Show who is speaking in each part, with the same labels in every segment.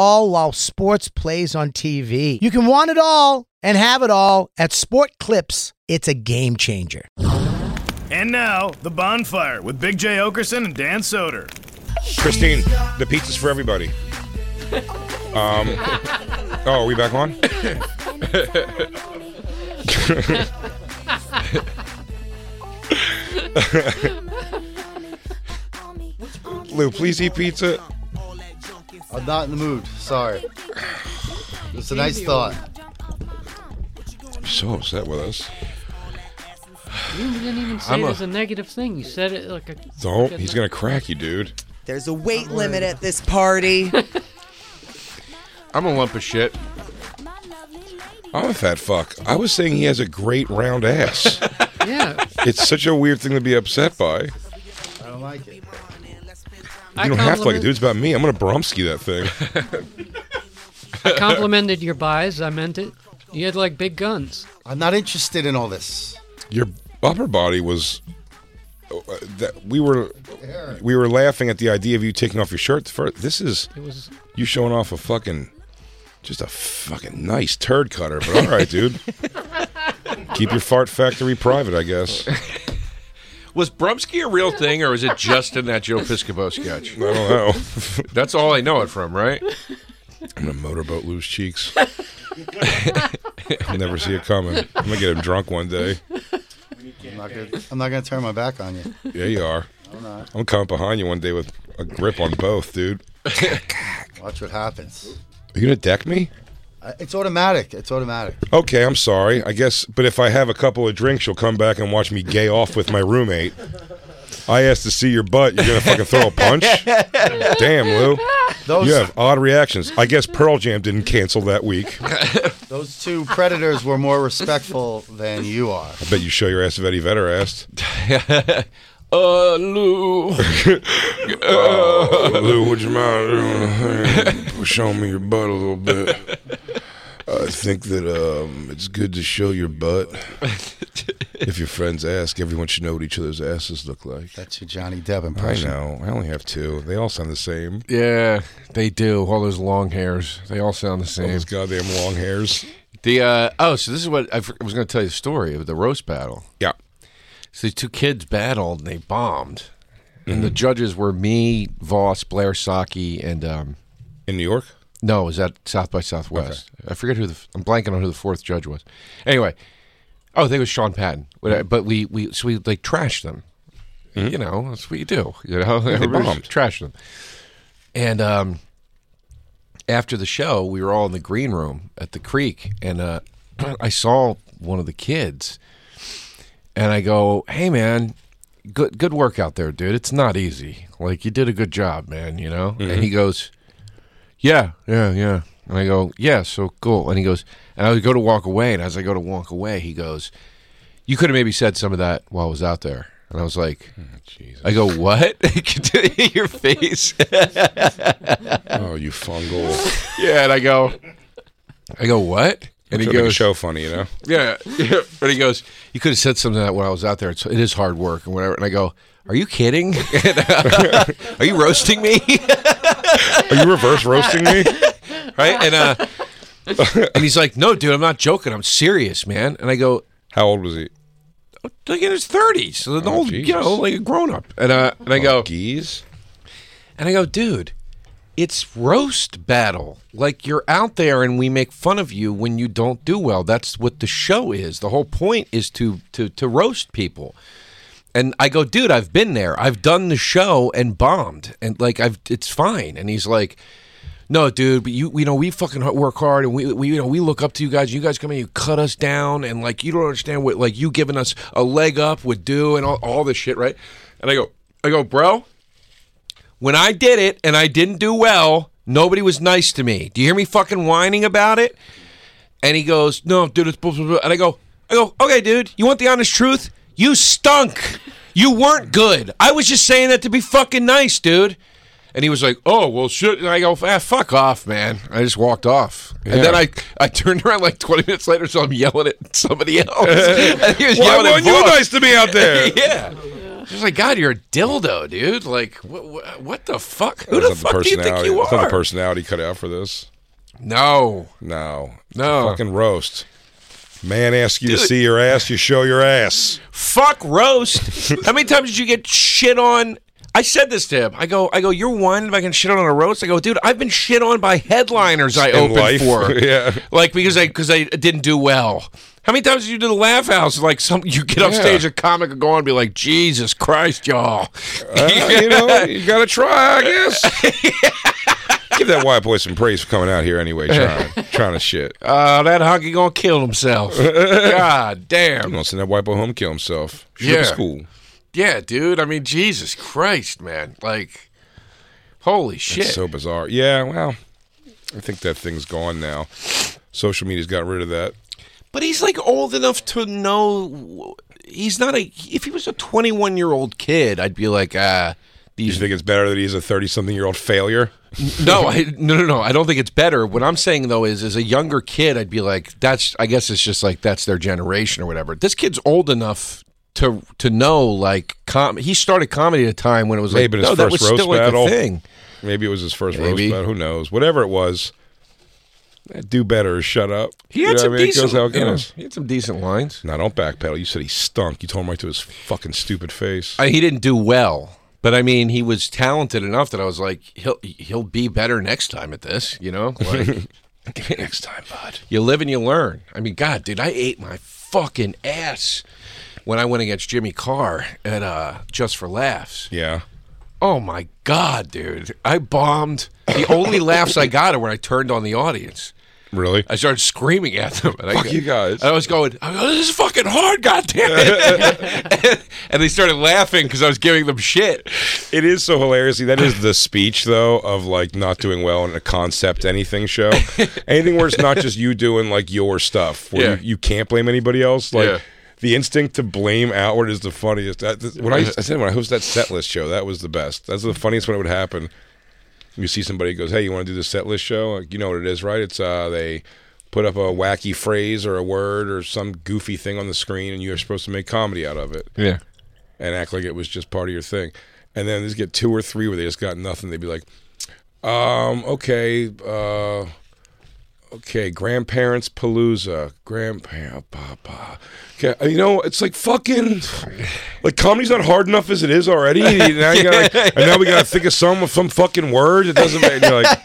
Speaker 1: all while sports plays on TV. You can want it all and have it all at Sport Clips. It's a game changer.
Speaker 2: And now, The Bonfire with Big J. Okerson and Dan Soder.
Speaker 3: Christine, the pizza's for everybody. Um, oh, are we back on? Lou, please eat pizza.
Speaker 4: I'm not in the mood. Sorry. It's a nice thought.
Speaker 3: So upset with us.
Speaker 5: You didn't even say
Speaker 3: I'm
Speaker 5: it
Speaker 3: a-
Speaker 5: as a negative thing. You said it like a.
Speaker 3: Don't. He's gonna crack you, dude.
Speaker 6: There's a weight limit at this party.
Speaker 7: I'm a lump of shit.
Speaker 3: I'm a fat fuck. I was saying he has a great round ass.
Speaker 5: Yeah,
Speaker 3: it's such a weird thing to be upset by.
Speaker 4: I don't like it.
Speaker 5: I
Speaker 3: You don't have to like it,
Speaker 5: compliment-
Speaker 3: dude. It's about me. I'm gonna Bromsky that thing.
Speaker 5: I complimented your buys. I meant it. You had like big guns.
Speaker 4: I'm not interested in all this.
Speaker 3: Your upper body was. uh, That we were, we were laughing at the idea of you taking off your shirt. First, this is
Speaker 5: It was.
Speaker 3: you showing off a fucking, just a fucking nice turd cutter. But all right, dude. Keep your fart factory private, I guess.
Speaker 7: Was Brumsky a real thing, or was it just in that Joe Piscopo sketch?
Speaker 3: I don't know.
Speaker 7: That's all I know it from, right?
Speaker 3: I'm gonna motorboat lose cheeks. I'll never see it coming. I'm gonna get him drunk one day.
Speaker 4: I'm not gonna, I'm not gonna turn my back on you.
Speaker 3: Yeah, you are. I'm coming behind you one day with a grip on both, dude.
Speaker 4: Watch what happens.
Speaker 3: Are you gonna deck me?
Speaker 4: I- It's automatic. It's automatic.
Speaker 3: Okay, I'm sorry. I guess, but if I have a couple of drinks, you'll come back and watch me gay off with my roommate. I asked to see your butt. You're gonna fucking throw a punch? Damn, Lou.
Speaker 4: Those
Speaker 3: You have odd reactions. I guess Pearl Jam didn't cancel that week. I
Speaker 4: those two predators were more respectful than you are.
Speaker 3: bet you show your ass if Eddie Vedder asked.
Speaker 7: Uh, Lou.
Speaker 3: Lou, would you mind uh, showing me your butt a little bit? I think that um, it's good to show your butt. If your friends ask, everyone should know what each other's asses look like.
Speaker 4: That's your Johnny Depp
Speaker 3: I
Speaker 4: impression.
Speaker 3: know. I only have two. They all sound the same.
Speaker 7: Yeah, they do. All those long hairs. They all sound the
Speaker 3: All
Speaker 7: same.
Speaker 3: those goddamn long hairs.
Speaker 7: The uh, oh, so this is what I fr- I was going to tell you the story of the roast battle.
Speaker 3: Yeah.
Speaker 7: So the two kids battled and they bombed, and the judges were me, Voss, Blair Saki, and um,
Speaker 3: In New York?
Speaker 7: No, it was at South by Southwest. I forget who the I'm blanking on who the fourth judge was. Anyway, oh, I think it was Sean Patton. But but we we so we like trashed them. You know, that's what you do. You know, Everybody
Speaker 3: bombed.
Speaker 7: trashed them. And um, after the show, we were all in the green room at the creek, and uh, I saw one of the kids, and I go, "Hey, man." Good, good work out there, dude. It's not easy. Like you did a good job, man. You know. And he goes, yeah, yeah, yeah. And I go, yeah, so cool. And he goes, and I would go to walk away, and as I go to walk away, he goes, you could have maybe said some of that while I was out there. And I was like, I go, what? Your face.
Speaker 3: Oh, you fungal.
Speaker 7: yeah, and I go, I go, what?
Speaker 3: Trying
Speaker 7: And he
Speaker 3: to make a
Speaker 7: goes,
Speaker 3: show funny, you know?
Speaker 7: yeah, yeah. But he goes, you could have said something of that when I was out there. It's, it is hard work and whatever. And I go, are you kidding? uh, are you roasting me?
Speaker 3: Are you reverse roasting me?
Speaker 7: right? And uh, and he's like, no, dude, I'm not joking. I'm serious, man. And I go,
Speaker 3: How old was he?
Speaker 7: like in his thirties, so the
Speaker 3: Oh,
Speaker 7: old, you
Speaker 3: Jesus.
Speaker 7: know, like a grown up. And uh, and I go,
Speaker 3: Geese?
Speaker 7: and I go, dude, it's roast battle. Like you're out there and we make fun of you when you don't do well. That's what the show is. The whole point is to to to roast people. And I go, dude, I've been there. I've done the show and bombed, and like I've, it's fine. And he's like, no, dude, but you, you know, we fucking h- work hard, and we, we, you know, we look up to you guys. You guys come in, you cut us down, and like you don't understand what, like you giving us a leg up would do, and all, all this shit, right? And I go, I go, bro, when I did it and I didn't do well, nobody was nice to me. Do you hear me fucking whining about it? And he goes, "No, dude, it's blah, blah, blah." and I go, "I go, okay, dude, you want the honest truth? You stunk. You weren't good. I was just saying that to be fucking nice, dude." And he was like, "Oh, well, shit." And I go, "Ah, fuck off, man." I just walked off, and then I I turned around like twenty minutes later, so I'm yelling at somebody else. and he was
Speaker 3: Why
Speaker 7: yelling at
Speaker 3: weren't you
Speaker 7: Vaughn.
Speaker 3: nice to me out there?
Speaker 7: yeah. She's like, God, you're a dildo, dude. Like, what, what, what the fuck? Who the
Speaker 3: That's
Speaker 7: fuck do you think
Speaker 3: personality-
Speaker 7: you
Speaker 3: that's not
Speaker 7: are?
Speaker 3: the personality cut out for this.
Speaker 7: no.
Speaker 3: No.
Speaker 7: No.
Speaker 3: Fucking roast. Man asks you to see your ass, you show your ass.
Speaker 7: Fuck roast. How many times did you get shit on? I said this to him. I go, I go, you're whining about getting shit on on a roast. I go, dude, I've been shit on by headliners I
Speaker 3: In
Speaker 7: opened
Speaker 3: life.
Speaker 7: for.
Speaker 3: Yeah.
Speaker 7: Like because I because I didn't do well. How many times did you do the laugh house? Like some you get up
Speaker 3: Yeah.
Speaker 7: stage, a comic would go on and be like, Jesus Christ, y'all.
Speaker 3: Uh, you know, you gotta try, I guess. Give that white boy some praise for coming out here anyway, trying, trying to shit. I'm
Speaker 7: Uh, that honky gonna kill himself. God damn.
Speaker 3: gonna send that white boy home to kill himself. Shoot
Speaker 7: Yeah.
Speaker 3: up school.
Speaker 7: Yeah, dude. I mean, Jesus Christ, man. Like, holy shit.
Speaker 3: It's so bizarre. Yeah, well, I think that thing's gone now. Social media's got rid of that.
Speaker 7: but he's like old enough to know. He's not a. If he was a 21 year old kid, I'd be like, ah.
Speaker 3: You
Speaker 7: These,
Speaker 3: think it's better that he's a 30 something year old failure?
Speaker 7: no, I, no, no, no. I don't think it's better. What I'm saying though is, as a younger kid, I'd be like, "That's." I guess it's just like that's their generation or whatever. This kid's old enough to to know like com. He started comedy at a time when it was like,
Speaker 3: Maybe in his
Speaker 7: no, that
Speaker 3: first
Speaker 7: was
Speaker 3: roast
Speaker 7: still like
Speaker 3: battle.
Speaker 7: a thing.
Speaker 3: Maybe it was his first
Speaker 7: Maybe.
Speaker 3: roast battle. Who knows? Whatever it was, eh, do better or shut up.
Speaker 7: He
Speaker 3: You
Speaker 7: had
Speaker 3: know
Speaker 7: some
Speaker 3: what I mean? It
Speaker 7: decent.
Speaker 3: goes how it
Speaker 7: you know,
Speaker 3: goes.
Speaker 7: he had some decent lines.
Speaker 3: Now don't backpedal. You said he stunk. You told him right to his fucking stupid face.
Speaker 7: I, he didn't do well, but I mean, he was talented enough that I was like, he'll he'll be better next time at this, you know. Like, next time, bud. You live and you learn. I mean, God, dude, I ate my fucking ass when I went against Jimmy Carr at uh Just for Laughs.
Speaker 3: yeah.
Speaker 7: Oh my God, dude, I bombed. The only laughs I got are when I turned on the audience.
Speaker 3: Really?
Speaker 7: I started screaming at them. And I,
Speaker 3: Fuck you guys.
Speaker 7: I was going, I go, this is fucking hard, goddamn it. and, and they started laughing because I was giving them shit.
Speaker 3: It is so hilarious. See, That is the speech, though, of like not doing well in a concept anything show. anything where it's not just you doing like your stuff, where
Speaker 7: Yeah.
Speaker 3: you, you can't blame anybody else. Like
Speaker 7: Yeah.
Speaker 3: the instinct to blame outward is the funniest. That- that- When I, I said when I host that set list show, that was the best. That's the funniest when it would happen. You see somebody goes, "Hey, you want to do this set list show?" Like, you know what it is, right? It's uh, they put up a wacky phrase or a word or some goofy thing on the screen, and you're supposed to make comedy out of it
Speaker 7: Yeah.
Speaker 3: and act like it was just part of your thing. And then just get two or three where they just got nothing. They'd be like, um, okay, uh, okay, grandparents palooza, grandpa, papa. Okay, uh, you know, it's like fucking, like comedy's not hard enough as it is already. Now you gotta, like, and now we gotta think of some some fucking word. It doesn't make you're like,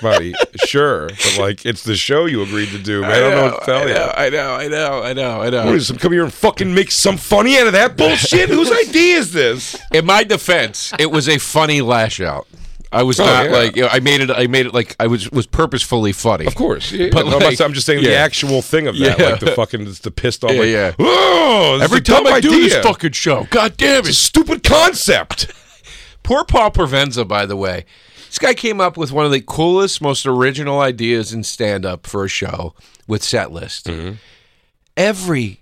Speaker 3: buddy, sure, but like it's the show you agreed to do, man. I, don't know, what to tell you.
Speaker 7: I know, I know, I know, I know.
Speaker 3: What is some come here and fucking make some funny out of that bullshit? Whose idea is this?
Speaker 7: In my defense, it was a funny lash out. I was not
Speaker 3: Oh, yeah.
Speaker 7: like you know, I made it. I made it like I was was purposefully funny.
Speaker 3: Of course,
Speaker 7: But
Speaker 3: but
Speaker 7: like-
Speaker 3: I'm just saying
Speaker 7: yeah.
Speaker 3: the actual thing of that,
Speaker 7: Yeah.
Speaker 3: like the fucking it's the pissed off,
Speaker 7: Yeah,
Speaker 3: like,
Speaker 7: yeah.
Speaker 3: oh, this is
Speaker 7: Every
Speaker 3: a dumb
Speaker 7: time I do
Speaker 3: idea.
Speaker 7: this fucking show, God damn it!
Speaker 3: stupid concept.
Speaker 7: Poor Paul Provenza, by the way. This guy came up with one of the coolest, most original ideas in stand up for a show with Setlist. Every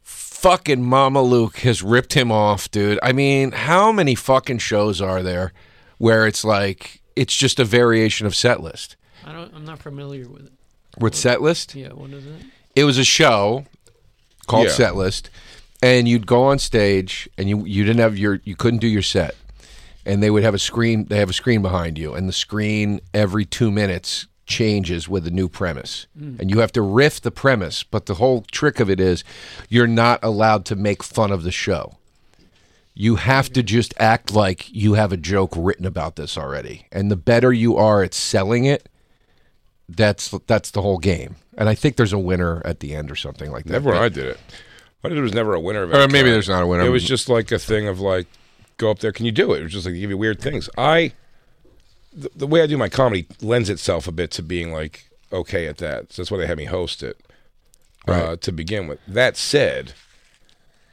Speaker 7: fucking Mama Luke has ripped him off, dude. I mean, how many fucking shows are there where it's like, it's just a variation of Setlist?
Speaker 5: I don't. I'm not familiar with it.
Speaker 7: With Setlist?
Speaker 5: Yeah. What is it?
Speaker 7: it was a show called
Speaker 3: Yeah.
Speaker 7: Setlist, and you'd go on stage and you you didn't have your you couldn't do your set, and they would have a screen they have a screen behind you, and the screen every two minutes changes with a new premise, and you have to riff the premise. But the whole trick of it is, you're not allowed to make fun of the show. you have to just act like you have a joke written about this already. And the better you are at selling it, that's that's the whole game. And I think there's a winner at the end or something like that.
Speaker 3: Never when
Speaker 7: But-
Speaker 3: I did it. I did, there was never a winner of it.
Speaker 7: Or maybe there's not a winner.
Speaker 3: It was just like a thing of like, go up there. Can you do it? It was just like they give you weird things. I, the, the way I do my comedy lends itself a bit to being like okay at that. So that's why they had me host it uh, to begin with. That said,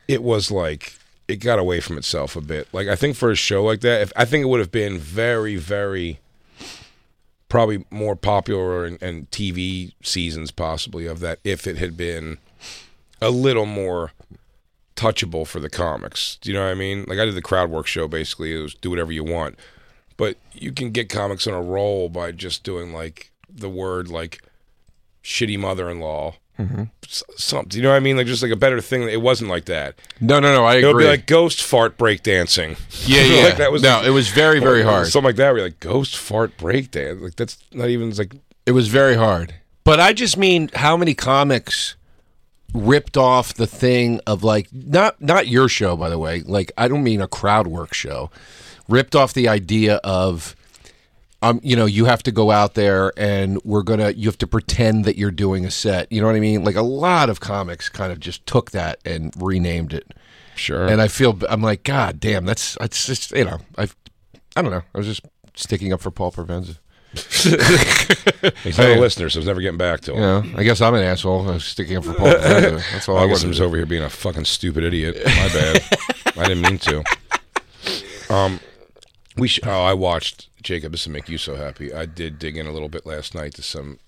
Speaker 3: it was like it got away from itself a bit. Like I think for a show like that, if I think it would have been very, very probably more popular and, and TV seasons possibly of that if it had been a little more touchable for the comics. Do you know what I mean? Like I did the crowd work show basically, it was do whatever you want. But you can get comics on a roll by just doing like the word like shitty mother in law.
Speaker 7: Mm-hmm.
Speaker 3: Something, you know what I mean? Like just like a better thing. It wasn't like that.
Speaker 7: no, no, no. I
Speaker 3: It would
Speaker 7: agree.
Speaker 3: be like ghost fart break dancing.
Speaker 7: yeah, yeah.
Speaker 3: like that was
Speaker 7: no, it was very, very hard.
Speaker 3: Something like that. We're like ghost fart break dance. Like that's not even it's like
Speaker 7: It was very hard. But I just mean how many comics ripped off the thing of like not not your show by the way. Like I don't mean a crowd work show. Ripped off the idea of um you know, you have to go out there and we're going to you have to pretend that you're doing a set. You know what I mean? Like a lot of comics kind of just took that and renamed it.
Speaker 3: sure.
Speaker 7: And I feel I'm like god damn, that's that's just you know, I I don't know. I was just sticking up for Paul Provenza.
Speaker 3: He's not a listener, so he's never getting back to him.
Speaker 7: You know, I guess I'm an asshole. I was sticking up for Paul. Franco. That's all
Speaker 3: Well,
Speaker 7: I
Speaker 3: I guess
Speaker 7: was.
Speaker 3: I'm just over here being a fucking stupid idiot. My bad. I didn't mean to. Um, we sh- oh, I watched Jacob. This will make you so happy. I did dig in a little bit last night to some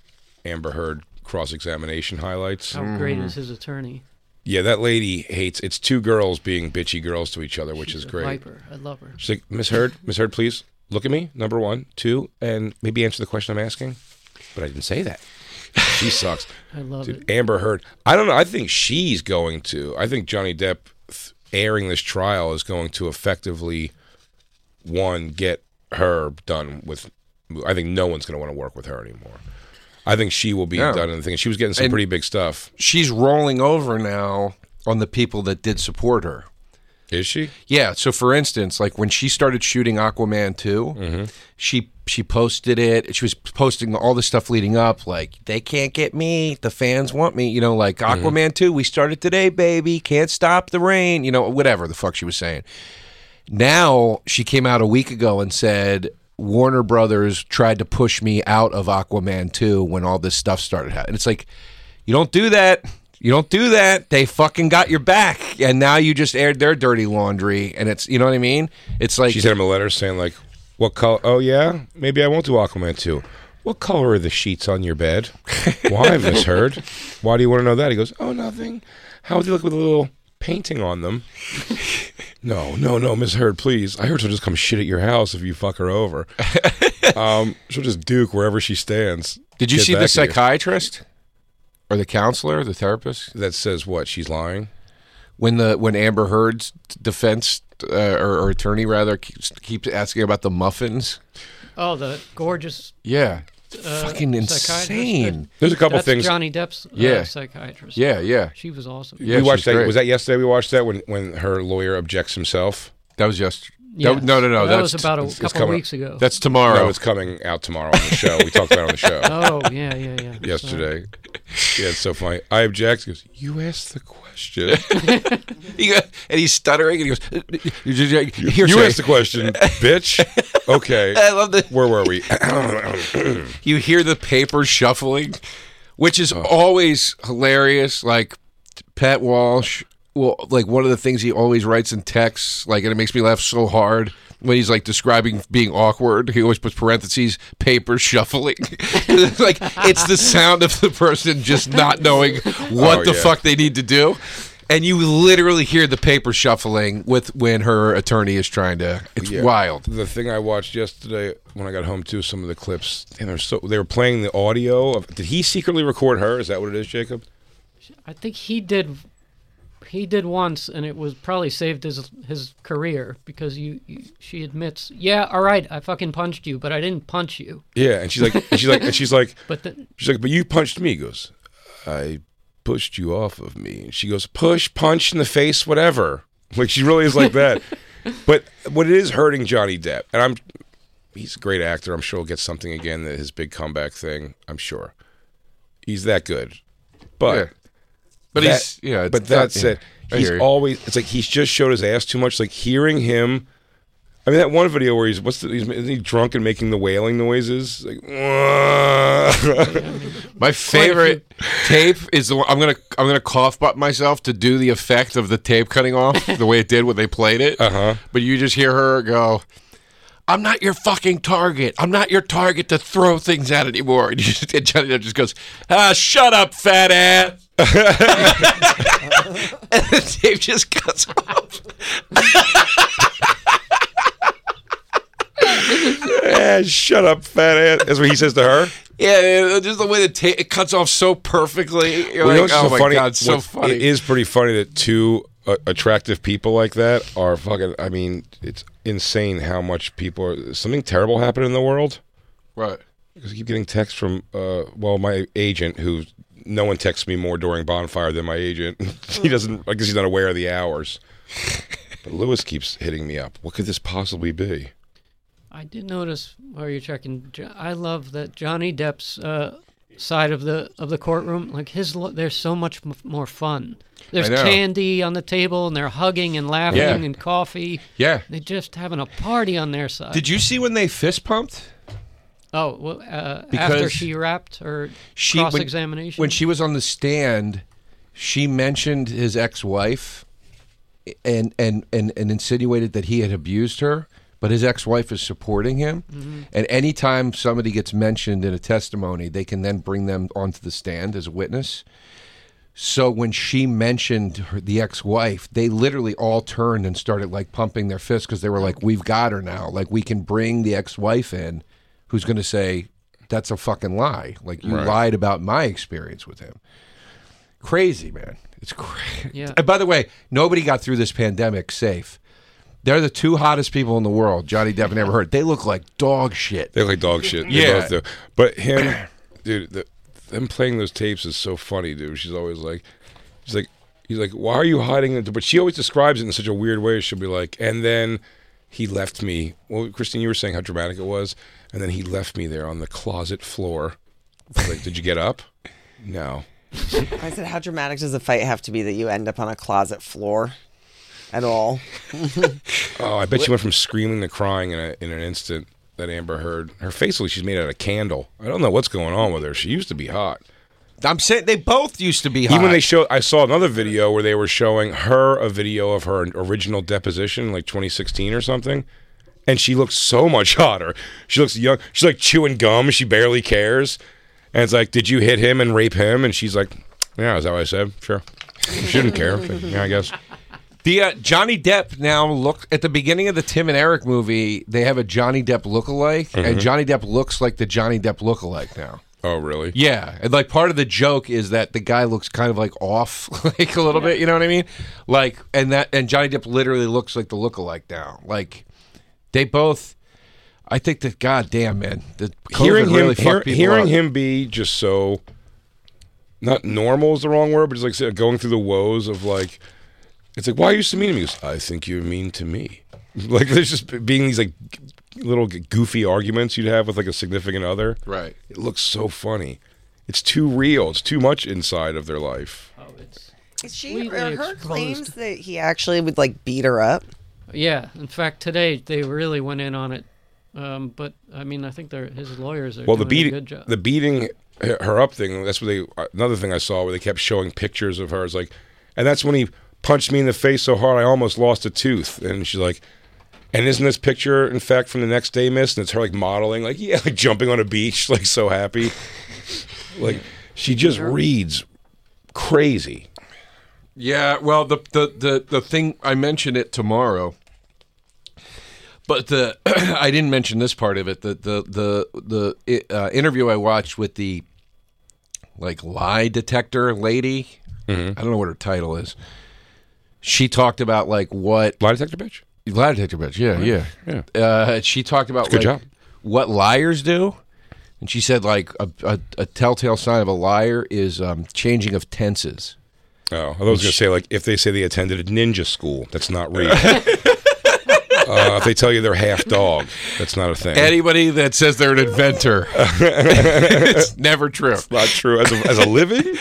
Speaker 3: Amber Heard cross examination highlights.
Speaker 7: Mm.
Speaker 5: How great is his attorney?
Speaker 3: Yeah, that lady hates. It's two girls being bitchy girls to each other, which
Speaker 5: She's
Speaker 3: is
Speaker 5: a
Speaker 3: great.
Speaker 5: Viper. I love her.
Speaker 3: She's like, Miss Heard, Miss Heard, please look at me. Number one, two, and maybe answer the question I'm asking. But I didn't say that. She sucks.
Speaker 5: I love
Speaker 3: Dude,
Speaker 5: it.
Speaker 3: Amber Heard. I don't know. I think she's going to. I think Johnny Depp th- airing this trial is going to effectively one get her done with. I think no one's going to want to work with her anymore. I think she will be
Speaker 7: No.
Speaker 3: done in the thing. She was getting some
Speaker 7: And-
Speaker 3: pretty big stuff.
Speaker 7: She's rolling over now on the people that did support her.
Speaker 3: Is she?
Speaker 7: Yeah. So, for instance, like when she started shooting Aquaman 2 she she posted it. She was posting all the stuff leading up, like they can't get me. The fans want me. You know, like Aquaman two. We started today, baby. Can't stop the rain. You know, whatever the fuck she was saying. Now she came out a week ago and said Warner Brothers tried to push me out of Aquaman 2 when all this stuff started happening. It's like you don't do that. You don't do that. They fucking got your back and now you just aired their dirty laundry and it's you know what I mean? It's like
Speaker 3: She sent him a letter saying like, "What color? Oh yeah, maybe I won't do Aquaman too. What color are the sheets on your bed? Why, Miss Heard? Why do you want to know that?" He goes, "Oh, nothing. How would they look with a little painting on them?" no, no, no, Miss Heard, please. I heard she'll just come shit at your house if you fuck her over. um, she'll just duke wherever she stands.
Speaker 7: Did you
Speaker 3: Get
Speaker 7: see the
Speaker 3: back at you.
Speaker 7: psychiatrist or the counselor, the therapist
Speaker 3: that says what? She's lying.
Speaker 7: when the when Amber Heard's defense uh, or, or attorney rather keeps, keeps asking about the muffins?
Speaker 5: Oh, the gorgeous
Speaker 7: Yeah.
Speaker 5: uh,
Speaker 7: fucking
Speaker 5: psychiatrist.
Speaker 7: insane.
Speaker 3: There's a couple
Speaker 5: That's
Speaker 3: things.
Speaker 5: Johnny Depp's uh,
Speaker 7: Yeah.
Speaker 5: psychiatrist.
Speaker 7: Yeah, yeah.
Speaker 5: She was awesome.
Speaker 7: Yeah.
Speaker 3: we watched
Speaker 7: she's
Speaker 3: that.
Speaker 7: great.
Speaker 3: Was that yesterday? We watched that when when her lawyer objects himself.
Speaker 7: That was just
Speaker 5: Yeah.
Speaker 7: that, no, no, no.
Speaker 5: That
Speaker 7: that's
Speaker 5: was about a
Speaker 3: it's- it's
Speaker 5: couple
Speaker 3: coming up.
Speaker 5: weeks ago.
Speaker 7: that's tomorrow.
Speaker 3: No, Oh, it's coming out tomorrow on the show. We talked about it on the show.
Speaker 5: oh, yeah, yeah, yeah.
Speaker 3: yesterday. yeah, it's so funny. I object. He goes, you asked the question.
Speaker 7: He go- and he's stuttering, and he goes,
Speaker 3: you
Speaker 7: "Hearsay."
Speaker 3: asked the question, bitch. Okay.
Speaker 7: I love the.
Speaker 3: Where were we?
Speaker 7: You hear the paper shuffling, which is
Speaker 3: Oh.
Speaker 7: always hilarious. Like Pat Walsh, well, like one of the things he always writes in texts, like, and it makes me laugh so hard when he's like describing being awkward. He always puts parentheses paper shuffling. 'Cause it's like it's the sound of the person just not knowing what
Speaker 3: Oh,
Speaker 7: the
Speaker 3: yeah.
Speaker 7: fuck they need to do. And you literally hear the paper shuffling with when her attorney is trying to. It's
Speaker 3: Yeah.
Speaker 7: wild.
Speaker 3: The thing I watched yesterday when I got home too, some of the clips, and they're so they were playing the audio of. Did he secretly record her? Is that what it is, Jacob?
Speaker 5: I think he did. He did once, and it was probably saved his his career because you, you she admits, yeah, all right, I fucking punched you, but I didn't punch you.
Speaker 3: Yeah, and she's like, and she's like, and she's like,
Speaker 5: But then
Speaker 3: she's like, but you punched me. He goes, I pushed you off of me. And she goes, push, punch in the face, whatever. Like she really is like that. but what it is hurting Johnny Depp, and I'm he's a great actor. I'm sure he'll get something again that his big comeback thing. I'm sure he's that good. But
Speaker 7: Yeah. But
Speaker 3: that-
Speaker 7: he's yeah. it's
Speaker 3: but
Speaker 7: not-
Speaker 3: that's
Speaker 7: yeah.
Speaker 3: it.
Speaker 7: I
Speaker 3: He's
Speaker 7: hear you.
Speaker 3: always. It's like he's just showed his ass too much. Like hearing him. I mean that one video where he's what's the, he's isn't he drunk and making the wailing noises like.
Speaker 7: My favorite tape is the one I'm gonna I'm gonna cough butt myself to do the effect of the tape cutting off the way it did when they played it. Uh-huh. But you just hear her go, "I'm not your fucking target. I'm not your target to throw things at anymore." And, you just, and Johnny Depp just goes, "Ah, shut up, fat ass." and the tape just cuts off.
Speaker 3: "Ah, shut up, fat ass. That's what he says to her.
Speaker 7: Yeah, just the way the tape it cuts off so perfectly. You're
Speaker 3: Well, you
Speaker 7: like,
Speaker 3: know what's
Speaker 7: "Oh
Speaker 3: so
Speaker 7: my
Speaker 3: funny?
Speaker 7: god, so
Speaker 3: What-
Speaker 7: funny."
Speaker 3: It is pretty funny that two uh, attractive people like that are fucking. I mean, it's insane how much people are. Something terrible happened in the world.
Speaker 7: right.
Speaker 3: Because I keep getting texts from, uh, well, my agent, who no one texts me more during bonfire than my agent. he doesn't. I guess he's not aware of the hours. But Lewis keeps hitting me up. What could this possibly be?
Speaker 5: I did notice while you're checking. Jo- I love that Johnny Depp's uh, side of the of the courtroom. Like his, lo- they're so much m- more fun. There's
Speaker 7: know.
Speaker 5: candy on the table, and they're hugging and laughing
Speaker 7: Yeah.
Speaker 5: and coffee.
Speaker 7: Yeah.
Speaker 5: They're just having a party on their side.
Speaker 7: Did you see when they fist pumped?
Speaker 5: oh, well, uh, after
Speaker 7: Because
Speaker 5: she wrapped her
Speaker 7: she when-
Speaker 5: cross examination.
Speaker 7: when, she was on the stand she mentioned his ex-wife and and and, and insinuated that he had abused her but his ex-wife is supporting him and anytime somebody gets mentioned in a testimony they can then bring them onto the stand as a witness so when she mentioned her, the ex-wife they literally all turned and started like pumping their fists because they were like we've got her now like we can bring the ex-wife in who's going to say that's a fucking lie like you lied about my experience with him crazy man it's crazy
Speaker 5: Yeah.
Speaker 7: and by the way nobody got through this pandemic safe they're the two hottest people in the world johnny depp and amber heard they look like dog shit
Speaker 3: They look like dog shit. They
Speaker 7: Yeah.
Speaker 3: both do. But him, dude, the, them playing those tapes is so funny, dude. She's always like, she's like, he's like, why are you hiding it? But she always describes it in such a weird way. She'll be like, and then he left me. Well, Christine, you were saying how dramatic it was, and then he left me there on the closet floor. It's Like, did you get up? No.
Speaker 6: I said, how dramatic does a fight have to be that you end up on a closet floor at all?
Speaker 3: Oh, I bet she went from screaming to crying in a, in an instant. That Amber Heard, her face looks like she's made out of candle. I don't know what's going on with her. She used to be hot.
Speaker 7: i'm saying they both used to be hot.
Speaker 3: Even when they show, I saw another video where they were showing her a video of her original deposition, like 2016 or something, and she looks so much hotter. She looks young. She's like chewing gum. She barely cares. And it's like, did you hit him and rape him? And she's like, yeah, is that what I said? Sure. She didn't care. But, yeah, I guess.
Speaker 7: The uh, Johnny Depp now look at the beginning of the Tim and Eric movie. They have a Johnny Depp lookalike,
Speaker 3: Mm-hmm.
Speaker 7: and Johnny Depp looks like the Johnny Depp lookalike now.
Speaker 3: Oh, really?
Speaker 7: Yeah, and like part of the joke is that the guy looks kind of like off, like a little bit. You know what I mean? Like, and that and Johnny Depp literally looks like the lookalike now. Like, they both. I think that goddamn man, the COVID
Speaker 3: hearing him,
Speaker 7: really
Speaker 3: hear-
Speaker 7: fucked people
Speaker 3: hearing
Speaker 7: up.
Speaker 3: him be just so not normal is the wrong word, but it's like going through the woes of like, it's like, why are you so mean to me? He goes, I think you're mean to me. Like, there's just being these like little goofy arguments you'd have with like a significant other.
Speaker 7: Right.
Speaker 3: It looks so funny. It's too real. It's too much inside of their life.
Speaker 5: oh, it's,
Speaker 6: She
Speaker 5: Completely
Speaker 6: or her
Speaker 5: exposed.
Speaker 6: claims that he actually would like beat her up.
Speaker 5: yeah. In fact, today they really went in on it. Um, but I mean, I think they're, his lawyers are
Speaker 3: Well, the
Speaker 5: doing a
Speaker 3: beating,
Speaker 5: good job.
Speaker 3: the beating her up thing. That's what they. Another thing I saw where they kept showing pictures of her. It's like, and that's when he punched me in the face so hard I almost lost a tooth. And she's like, and isn't this picture in fact from the next day, Miss? And it's her like modeling, like yeah, like jumping on a beach, like so happy. like she just reads crazy.
Speaker 7: Yeah, well, the the the, the thing I mention it tomorrow, but the I didn't mention this part of it. The the the the uh, interview I watched with the like lie detector lady. I don't know what her title is. She talked about like what
Speaker 3: Lie detector bitch.
Speaker 7: lie detector bitch. Yeah, yeah, yeah. Uh, she talked about
Speaker 3: Good job.
Speaker 7: like, what liars do, and she said like a, a, a telltale sign of a liar is um, changing of tenses.
Speaker 3: Oh, I thought I was going to say like if they say they attended a ninja school, that's not real. uh, if they tell you they're half dog, that's not a thing.
Speaker 7: Anybody that says they're an inventor, it's never true.
Speaker 3: not true as a, as a living.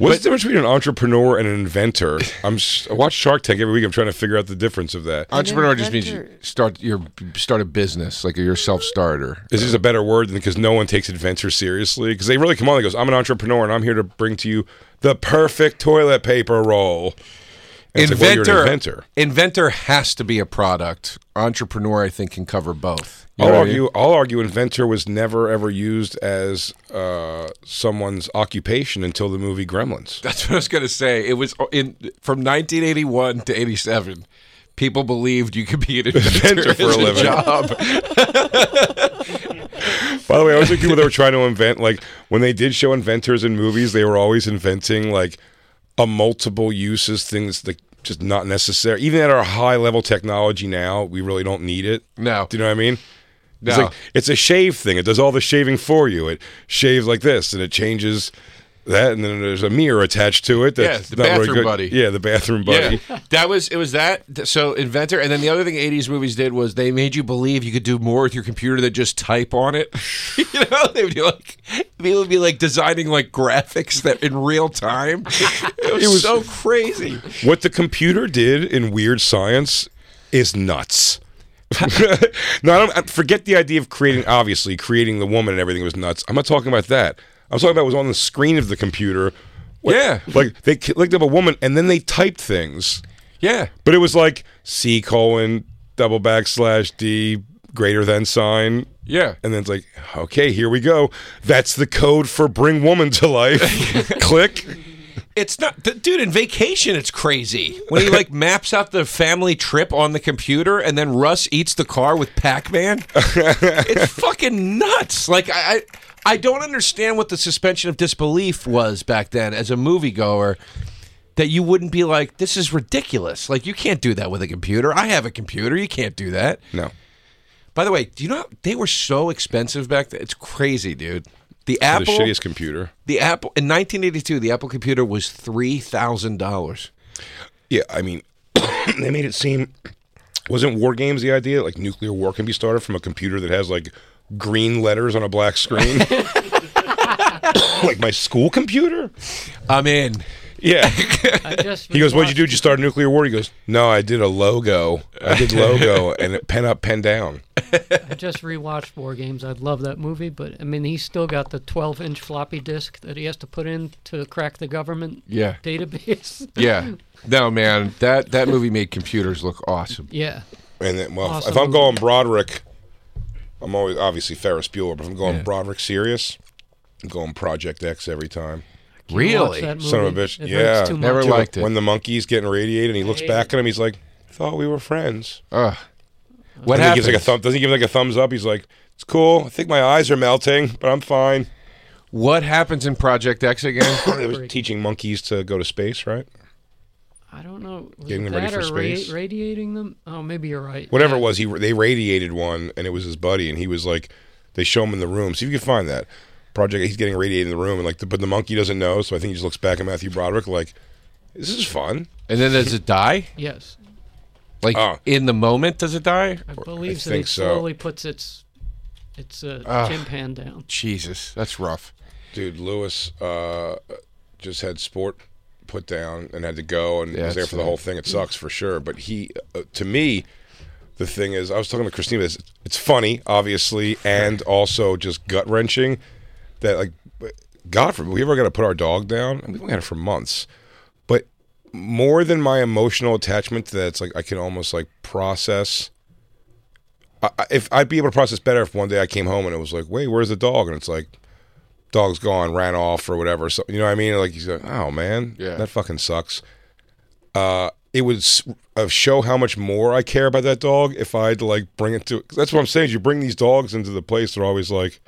Speaker 3: What's the difference between an entrepreneur and an inventor? I'm s- I watch Shark Tank every week. I'm trying to figure out the difference of that.
Speaker 7: Entrepreneur just means you start your start a business, like you're a self starter.
Speaker 3: This is a better word because no one takes adventure seriously. Because they really come on, they goes, "I'm an entrepreneur and I'm here to bring to you the perfect toilet paper roll." And it's like, well, you're an inventor.
Speaker 7: Inventor has to be a product. Entrepreneur, I think, can cover both. You know
Speaker 3: I'll
Speaker 7: what I mean?
Speaker 3: argue. I'll argue. Inventor was never ever used as uh, someone's occupation until the movie Gremlins.
Speaker 7: That's what I was going to say. It was uh, in from 1981 to 87. People believed you could be an inventor
Speaker 3: Inventor
Speaker 7: for a living. job.
Speaker 3: By the way, I always think people that were trying to invent, like when they did show inventors in movies, they were always inventing like a multiple uses things like just not necessary. Even at our high level technology now, we really don't need it.
Speaker 7: No.
Speaker 3: do you know what I mean? It's
Speaker 7: No.
Speaker 3: like it's a shave thing. It does all the shaving for you. It shaves like this, and it changes that, and then there's a mirror attached to it. That's
Speaker 7: Yeah, the
Speaker 3: not very
Speaker 7: bathroom
Speaker 3: good.
Speaker 7: buddy.
Speaker 3: Yeah, the bathroom buddy.
Speaker 7: Yeah, that was it. Was that th- so? Inventor, and then the other thing '80s movies did was they made you believe you could do more with your computer than just type on it. you know, they would be like, people would be like designing like graphics that in real time. It was, so crazy.
Speaker 3: What the computer did in weird science is nuts. no, I don't, forget the idea of creating. Obviously, creating the woman and everything was nuts. I'm not talking about that. I'm talking about what was on the screen of the computer. What-
Speaker 7: Yeah.
Speaker 3: like they ki- looked up a woman and then they typed things,
Speaker 7: Yeah,
Speaker 3: but it was like C colon double backslash D greater than sign.
Speaker 7: yeah.
Speaker 3: And then it's like, okay, here we go. That's the code for bring woman to life. Click.
Speaker 7: It's not, the, dude. In vacation, it's crazy when he like maps out the family trip on the computer, and then Russ eats the car with Pac-Man. it's fucking nuts. Like I, I, I don't understand what the suspension of disbelief was back then as a moviegoer. That you wouldn't be like, this is ridiculous. Like you can't do that with a computer. I have a computer. You can't do that.
Speaker 3: No.
Speaker 7: By the way, do you know how- they were so expensive back then? It's crazy, dude. The
Speaker 3: The
Speaker 7: Apple,
Speaker 3: shittiest computer.
Speaker 7: the Apple in 1982, the Apple computer was three thousand dollars.
Speaker 3: Yeah, I mean, they made it seem wasn't war games the idea like nuclear war can be started from a computer that has like green letters on a black screen, like my school computer.
Speaker 7: I'm in.
Speaker 3: Yeah,
Speaker 5: I just
Speaker 3: he goes, "What'd you do? Did you start a nuclear war?" He goes, "No, I did a logo. I did logo and it pen up, pen down."
Speaker 5: I just rewatched War Games. I love that movie, but I mean, he's still got the 12-inch floppy disk that he has to put in to crack the government
Speaker 7: Yeah.
Speaker 5: database.
Speaker 7: Yeah. No, man, that that movie made computers look awesome.
Speaker 5: yeah.
Speaker 3: And then, well, if
Speaker 5: Awesome
Speaker 3: I'm
Speaker 5: movie.
Speaker 3: going Broderick, I'm always obviously Ferris Bueller, but if I'm going
Speaker 7: Yeah.
Speaker 3: Broderick serious, I'm going Project X every time.
Speaker 5: Can't watch
Speaker 7: Really?
Speaker 5: that movie.
Speaker 3: Son of a bitch.
Speaker 5: It hurts
Speaker 3: Yeah.
Speaker 5: too
Speaker 7: Never
Speaker 5: much.
Speaker 7: liked- it.
Speaker 3: When the monkey's getting radiated and he looks back at him, he's like, "Thought we were friends."
Speaker 7: Ugh. What
Speaker 3: And he
Speaker 7: happens?
Speaker 3: gives like a thumb. Doesn't he give like a thumbs up? He's like, "It's cool. I think my eyes are melting, but I'm fine."
Speaker 7: what happens in Project X again?
Speaker 3: They was teaching monkeys to go to space, right?
Speaker 5: I don't know. Was
Speaker 3: Getting
Speaker 5: it
Speaker 3: them ready
Speaker 5: that
Speaker 3: for
Speaker 5: or ra-
Speaker 3: space.
Speaker 5: radiating them? Oh, maybe you're right.
Speaker 3: Whatever it was, he they radiated one, and it was his buddy, and he was like, "They show him in the room. See if you can find that project." He's getting radiated in the room, and like, the, but the monkey doesn't know, so I think he just looks back at Matthew Broderick like, "This is fun."
Speaker 7: and then does it die?
Speaker 5: Yes.
Speaker 7: Like
Speaker 3: Oh.
Speaker 7: in the moment, does it die?
Speaker 5: I believe that
Speaker 3: think
Speaker 5: it
Speaker 3: so.
Speaker 5: slowly puts its its uh,
Speaker 7: Ah.
Speaker 5: chimpan down.
Speaker 7: Jesus, that's rough.
Speaker 3: Dude, Lewis uh, just had sport put down and had to go and
Speaker 7: Yeah,
Speaker 3: was there
Speaker 7: it's
Speaker 3: for the
Speaker 7: sad.
Speaker 3: whole thing. It sucks for sure. But he, uh, to me, the thing is, I was talking to Christina. This it's funny, obviously, and also just gut wrenching. That like, God forbid, we ever got to put our dog down. and We've only had it for months, but more than my emotional attachment to that, it's like I can almost like process. I, I- if I'd be able to process better if one day I came home and it was like, wait, where's the dog? And it's like, dog's gone, ran off or whatever. So you know what I mean? Like he's like, oh man,
Speaker 7: Yeah.
Speaker 3: that fucking sucks. Uh, it would s- uh, show how much more I care about that dog if I had to like bring it to. 'cause that's what I'm saying. Is you bring these dogs into the place, they're always like,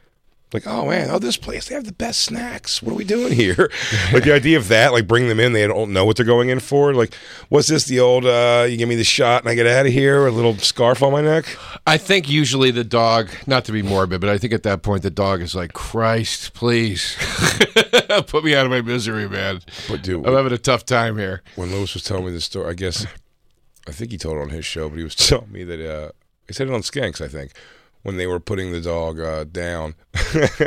Speaker 3: Like, oh man, oh this place they have the best snacks. What are we doing here? like the idea of that, like bring them in, they don't know what they're going in for. Like, what's this? The old uh, you give me the shot and I get out of here, with a little scarf on my neck.
Speaker 7: I think usually the dog, not to be morbid, but I think at that point the dog is like, Christ, please put me out of my misery, man.
Speaker 3: But dude,
Speaker 7: I'm having a tough time here.
Speaker 3: when Lewis was telling me this story, I guess I think he told it on his show, but he was telling me that uh, he said it on Skanks, I think, when they were putting the dog uh, down.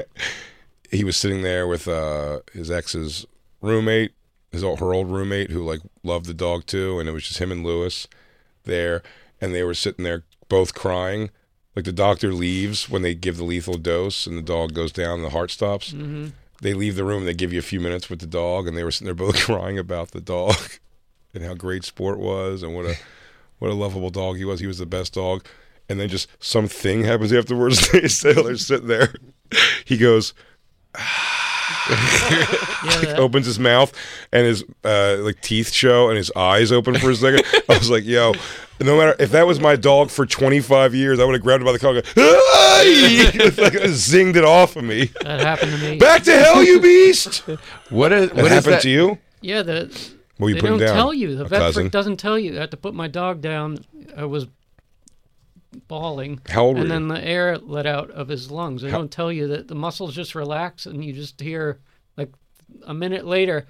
Speaker 3: he was sitting there with uh, his ex's roommate, his old, her old roommate, who like loved the dog too, and it was just him and Lewis there, and they were sitting there both crying. Like the doctor leaves when they give the lethal dose, and the dog goes down, and the heart stops. They leave the room, and they give you a few minutes with the dog, and they were sitting there both crying about the dog and how great sport was and what a what a lovable dog he was. He was the best dog. And then just something happens afterwards. They say they're sitting there. He goes,
Speaker 5: Yeah, that-
Speaker 3: opens his mouth, and his uh, like teeth show, and his eyes open for a second. I was like, "Yo, no matter if that was my dog for 25 years, I would have grabbed him by the collar, and go, "Ay!" like, zinged it off of me.
Speaker 5: that happened to me.
Speaker 3: Back to hell, you beast!
Speaker 7: What is
Speaker 3: That
Speaker 7: what is
Speaker 3: happened
Speaker 7: that?
Speaker 3: to you?
Speaker 5: Yeah, the,
Speaker 3: Well, you
Speaker 5: they
Speaker 3: put him
Speaker 5: don't
Speaker 3: down.
Speaker 5: tell you. The
Speaker 3: a
Speaker 5: vet
Speaker 3: cousin.
Speaker 5: freak doesn't tell you. I had to put my dog down. I was bawling.
Speaker 3: How old were
Speaker 5: And
Speaker 3: you?
Speaker 5: then the air let out of his lungs. They don't tell you that the muscles just relax, and you just hear like a minute later.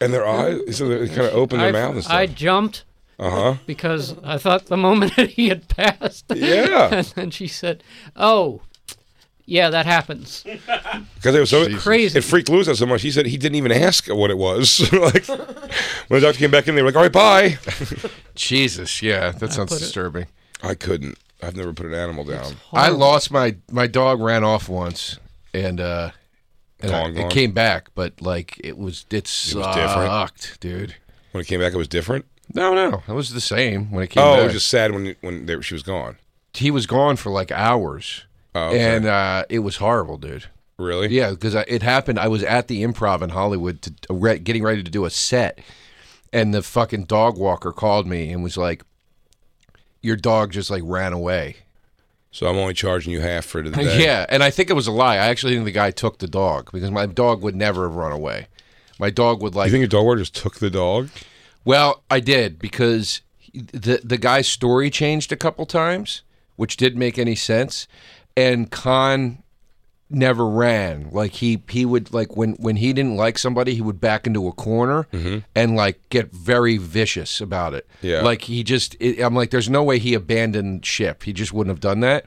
Speaker 3: and their eyes, so they kind of open their
Speaker 5: I,
Speaker 3: mouth and
Speaker 5: I
Speaker 3: stuff.
Speaker 5: jumped
Speaker 3: Uh huh.
Speaker 5: because I thought the moment that he had passed.
Speaker 3: Yeah,
Speaker 5: and then she said, "Oh, yeah, that happens."
Speaker 3: because it was so
Speaker 5: Crazy.
Speaker 3: It freaked Lewis out so much. He said he didn't even ask what it was. like when the doctor came back in, they were like, "All right, bye."
Speaker 7: Jesus, yeah, that sounds
Speaker 5: put it-
Speaker 7: disturbing.
Speaker 3: I couldn't. I've never put an animal down.
Speaker 7: I lost my my dog ran off once, and uh, and I-
Speaker 3: Long gone.
Speaker 7: it came back, but like it was it sucked,
Speaker 3: different.
Speaker 7: dude.
Speaker 3: When it came back, it was different.
Speaker 7: No, no, it was the same when it came
Speaker 3: Oh,
Speaker 7: back.
Speaker 3: it was just sad when when they, she was gone.
Speaker 7: he was gone for like hours,
Speaker 3: Oh, okay.
Speaker 7: and uh, it was horrible, dude.
Speaker 3: Really?
Speaker 7: Yeah, because it happened. I was at the improv in Hollywood to uh, re- getting ready to do a set, and the fucking dog walker called me and was like, "Your dog just like ran away."
Speaker 3: So I'm only charging you half for today.
Speaker 7: Yeah, and I think it was a lie. I actually think the guy took the dog because my dog would never have run away. My dog would
Speaker 3: You
Speaker 7: like.
Speaker 3: think your dog warden just took the dog?
Speaker 7: well, I did because he- the the guy's story changed a couple times, which did make any sense, and Khan never ran like he he would like when when he didn't like somebody he would back into a corner and like get very vicious about it
Speaker 3: Mm-hmm. Yeah.
Speaker 7: like he just it, i'm like there's no way he abandoned ship he just wouldn't have done that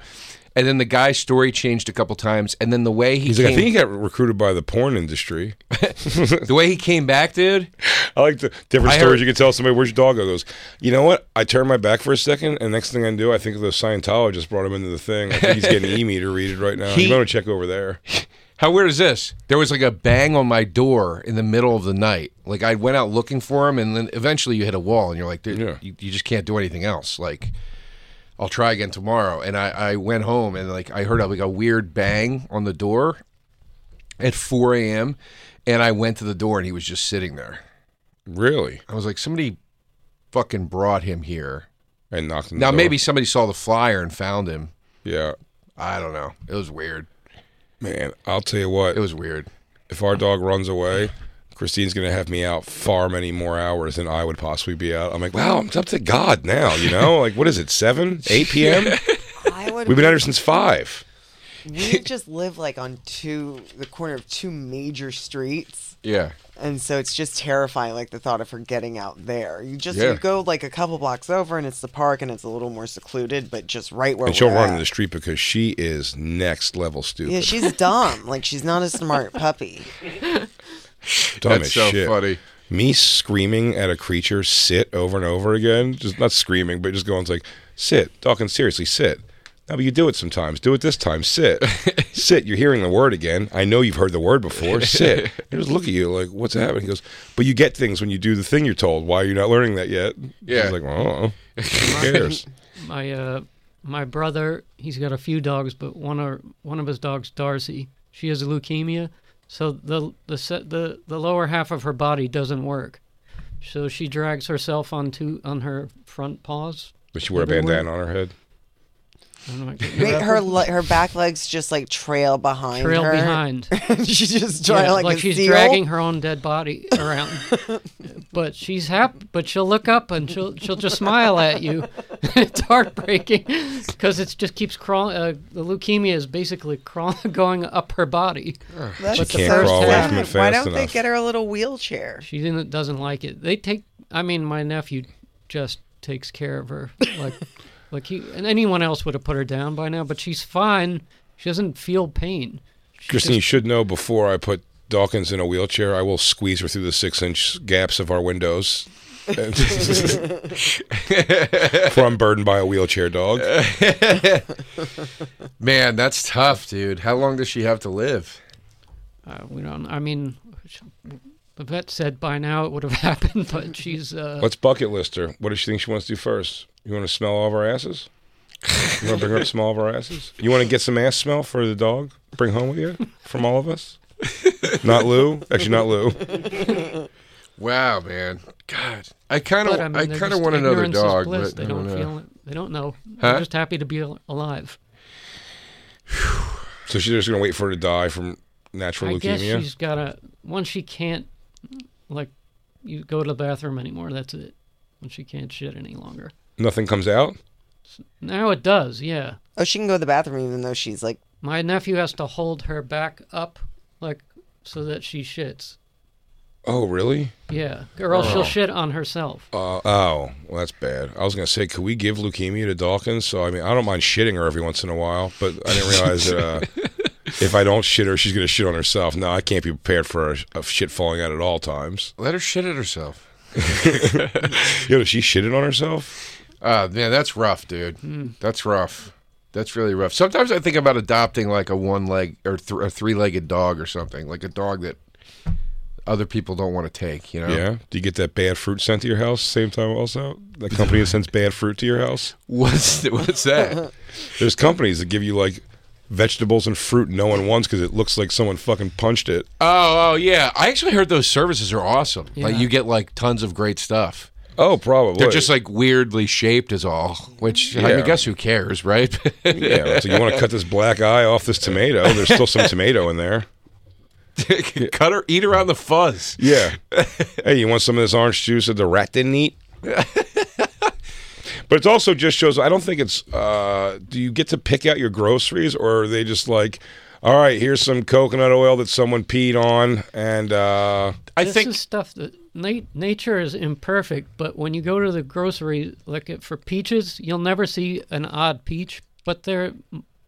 Speaker 7: and then the guy's story changed a couple times and then the way he
Speaker 3: He's
Speaker 7: came,
Speaker 3: like, I think he got recruited by the porn industry.
Speaker 7: the way he came back, dude.
Speaker 3: I like the different
Speaker 7: I
Speaker 3: stories
Speaker 7: heard-
Speaker 3: you can tell somebody. Where's your dog? I goes, you know what? I turn my back for a second, and next thing I do, I think the Scientologist brought him into the thing. I think he's getting Emi to read it right now.
Speaker 7: He-
Speaker 3: you want to check over there?
Speaker 7: How weird is this? There was like a bang on my door in the middle of the night. Like I went out looking for him, and then eventually you hit a wall, and you're like, dude,
Speaker 3: Yeah.
Speaker 7: you, you just can't do anything else. Like I'll try again tomorrow. And I, I went home, and like I heard like a weird bang on the door at 4 a.m. And I went to the door, and he was just sitting there.
Speaker 3: Really?
Speaker 7: I was like, somebody fucking brought him here.
Speaker 3: And knocked him.
Speaker 7: Now maybe somebody saw the flyer and found him.
Speaker 3: Yeah,
Speaker 7: I don't know. It was weird.
Speaker 3: man. I'll tell you what.
Speaker 7: It was weird.
Speaker 3: if our dog runs away, Christine's gonna have me out far many more hours than I would possibly be out. I'm like, wow, I'm up to God now, you know? Like, what is it, seven, eight p.m.?
Speaker 6: I would.
Speaker 3: We've been out here since five.
Speaker 6: we just live like on two, the corner of two major streets.
Speaker 7: Yeah.
Speaker 6: And so it's just terrifying, like the thought of her getting out there. You just
Speaker 7: Yeah.
Speaker 6: you go like a couple blocks over, and it's the park, and it's a little more secluded, but just right where
Speaker 3: And she'll
Speaker 6: we're
Speaker 3: run
Speaker 6: at.
Speaker 3: in the street because she is next level stupid.
Speaker 6: Yeah, she's dumb. Like she's not a smart puppy.
Speaker 3: Dumb
Speaker 7: That's
Speaker 3: as
Speaker 7: so
Speaker 3: shit.
Speaker 7: funny.
Speaker 3: Me screaming at a creature sit over and over again, just not screaming, but just going it's like, sit, talking seriously, sit. No, but you do it sometimes. Do it this time. Sit. sit. You're hearing the word again. I know you've heard the word before. Sit. They just look at you like, what's happening? He goes, but you get things when you do the thing you're told. Why are you not learning that yet?
Speaker 7: Yeah.
Speaker 3: She's like, oh, who cares?
Speaker 5: My uh, my brother, he's got a few dogs, but one or one of his dogs, Darcy, she has leukemia, so the the se- the the lower half of her body doesn't work, so she drags herself on two on her front paws.
Speaker 3: Does she wear a
Speaker 5: Everywhere.
Speaker 3: bandana on her head?
Speaker 5: I'm not getting
Speaker 6: Wait,
Speaker 5: that.
Speaker 6: her le- her back legs just like trail behind
Speaker 5: trail
Speaker 6: her.
Speaker 5: behind.
Speaker 6: she's just trying
Speaker 5: Yeah,
Speaker 6: like, a
Speaker 5: she's
Speaker 6: seal.
Speaker 5: dragging her own dead body around. but she's happy. But she'll look up and she'll she'll just smile at you. it's heartbreaking because it just keeps crawling. Uh, the leukemia is basically crawling, going up her body.
Speaker 6: That's
Speaker 3: She
Speaker 6: the
Speaker 3: can't
Speaker 6: first
Speaker 3: crawl away
Speaker 6: time.
Speaker 3: from it
Speaker 6: Why
Speaker 3: fast
Speaker 6: don't they
Speaker 3: enough.
Speaker 6: get her a little wheelchair?
Speaker 5: She didn't, doesn't like it. They take. I mean, my nephew just takes care of her. Like, like he and anyone else would have put her down by now. But she's fine. She doesn't feel pain.
Speaker 3: Christine, you should know before I put Dawkins in a wheelchair, I will squeeze her through the six inch gaps of our windows. For I'm burdened by a wheelchair dog.
Speaker 7: Man, that's tough, dude. How long does she have to live?
Speaker 5: Uh, we don't. I mean, the vet said by now it would have happened, but she's. Uh,
Speaker 3: Let's bucket list her. What does she think she wants to do first? You want to smell all of our asses? You want to bring her up to smell all of our asses? You want to get some ass smell for the dog? Bring home with you from all of us? Not Lou. Actually, not Lou.
Speaker 7: Wow, man. God, I kind
Speaker 5: But
Speaker 7: of,
Speaker 5: I, mean,
Speaker 7: I
Speaker 5: they're
Speaker 7: kind of
Speaker 5: just-
Speaker 7: want another
Speaker 5: ignorance is
Speaker 7: dog,
Speaker 5: bliss.
Speaker 7: but
Speaker 5: they
Speaker 7: I
Speaker 5: don't,
Speaker 7: don't, know.
Speaker 5: feel it. They don't know.
Speaker 7: Huh?
Speaker 5: They're just happy to be al- alive.
Speaker 3: So she's just going to wait for her to die from natural
Speaker 5: I guess
Speaker 3: leukemia?
Speaker 5: she's got to. Once she can't, like, you go to the bathroom anymore. That's it. When she can't shit any longer.
Speaker 3: Nothing comes out?
Speaker 5: Now it does. Yeah.
Speaker 6: Oh, she can go to the bathroom even though she's like
Speaker 5: My nephew has to hold her back up, like, so that she shits.
Speaker 3: Oh, really?
Speaker 5: Yeah. Or else
Speaker 7: Oh.
Speaker 5: she'll shit on herself.
Speaker 3: Uh, oh, well, that's bad. I was gonna say, could we give leukemia to Dawkins? So I mean, I don't mind shitting her every once in a while, but I didn't realize that uh, if I don't shit her, she's gonna shit on herself. No, I can't be prepared for a, a shit falling out at all times.
Speaker 7: Let her shit at herself.
Speaker 3: Yo, does she shitted on herself?
Speaker 7: Uh, man, that's rough, dude.
Speaker 5: Hmm.
Speaker 7: That's rough. That's really rough. Sometimes I think about adopting like a one leg or th- a three legged dog or something, like a dog that other people don't want to take. You know?
Speaker 3: Yeah. Do you get that bad fruit sent to your house? Same time, also the company that sends bad fruit to your house.
Speaker 7: What's what's that?
Speaker 3: There's companies that give you like vegetables and fruit no one wants because it looks like someone fucking punched it.
Speaker 7: oh, oh yeah. I actually heard those services are awesome. Like
Speaker 5: Yeah.
Speaker 7: you get like tons of great stuff.
Speaker 3: Oh, probably.
Speaker 7: They're just like weirdly shaped is all. Which I
Speaker 3: Yeah.
Speaker 7: mean, guess who cares, right?
Speaker 3: yeah. right. So you want to cut this black eye off this tomato? There's still some tomato in there.
Speaker 7: Cut her, eat around the fuzz.
Speaker 3: Yeah. hey, you want some of this orange juice that the rat didn't eat? but it also just shows. I don't think it's. Uh, do you get to pick out your groceries, or are they just like, all right, here's some coconut oil that someone peed on, and uh,
Speaker 7: I
Speaker 5: this
Speaker 7: think
Speaker 5: is stuff that na- nature is imperfect, but when you go to the grocery, like uh, for peaches, you'll never see an odd peach, but there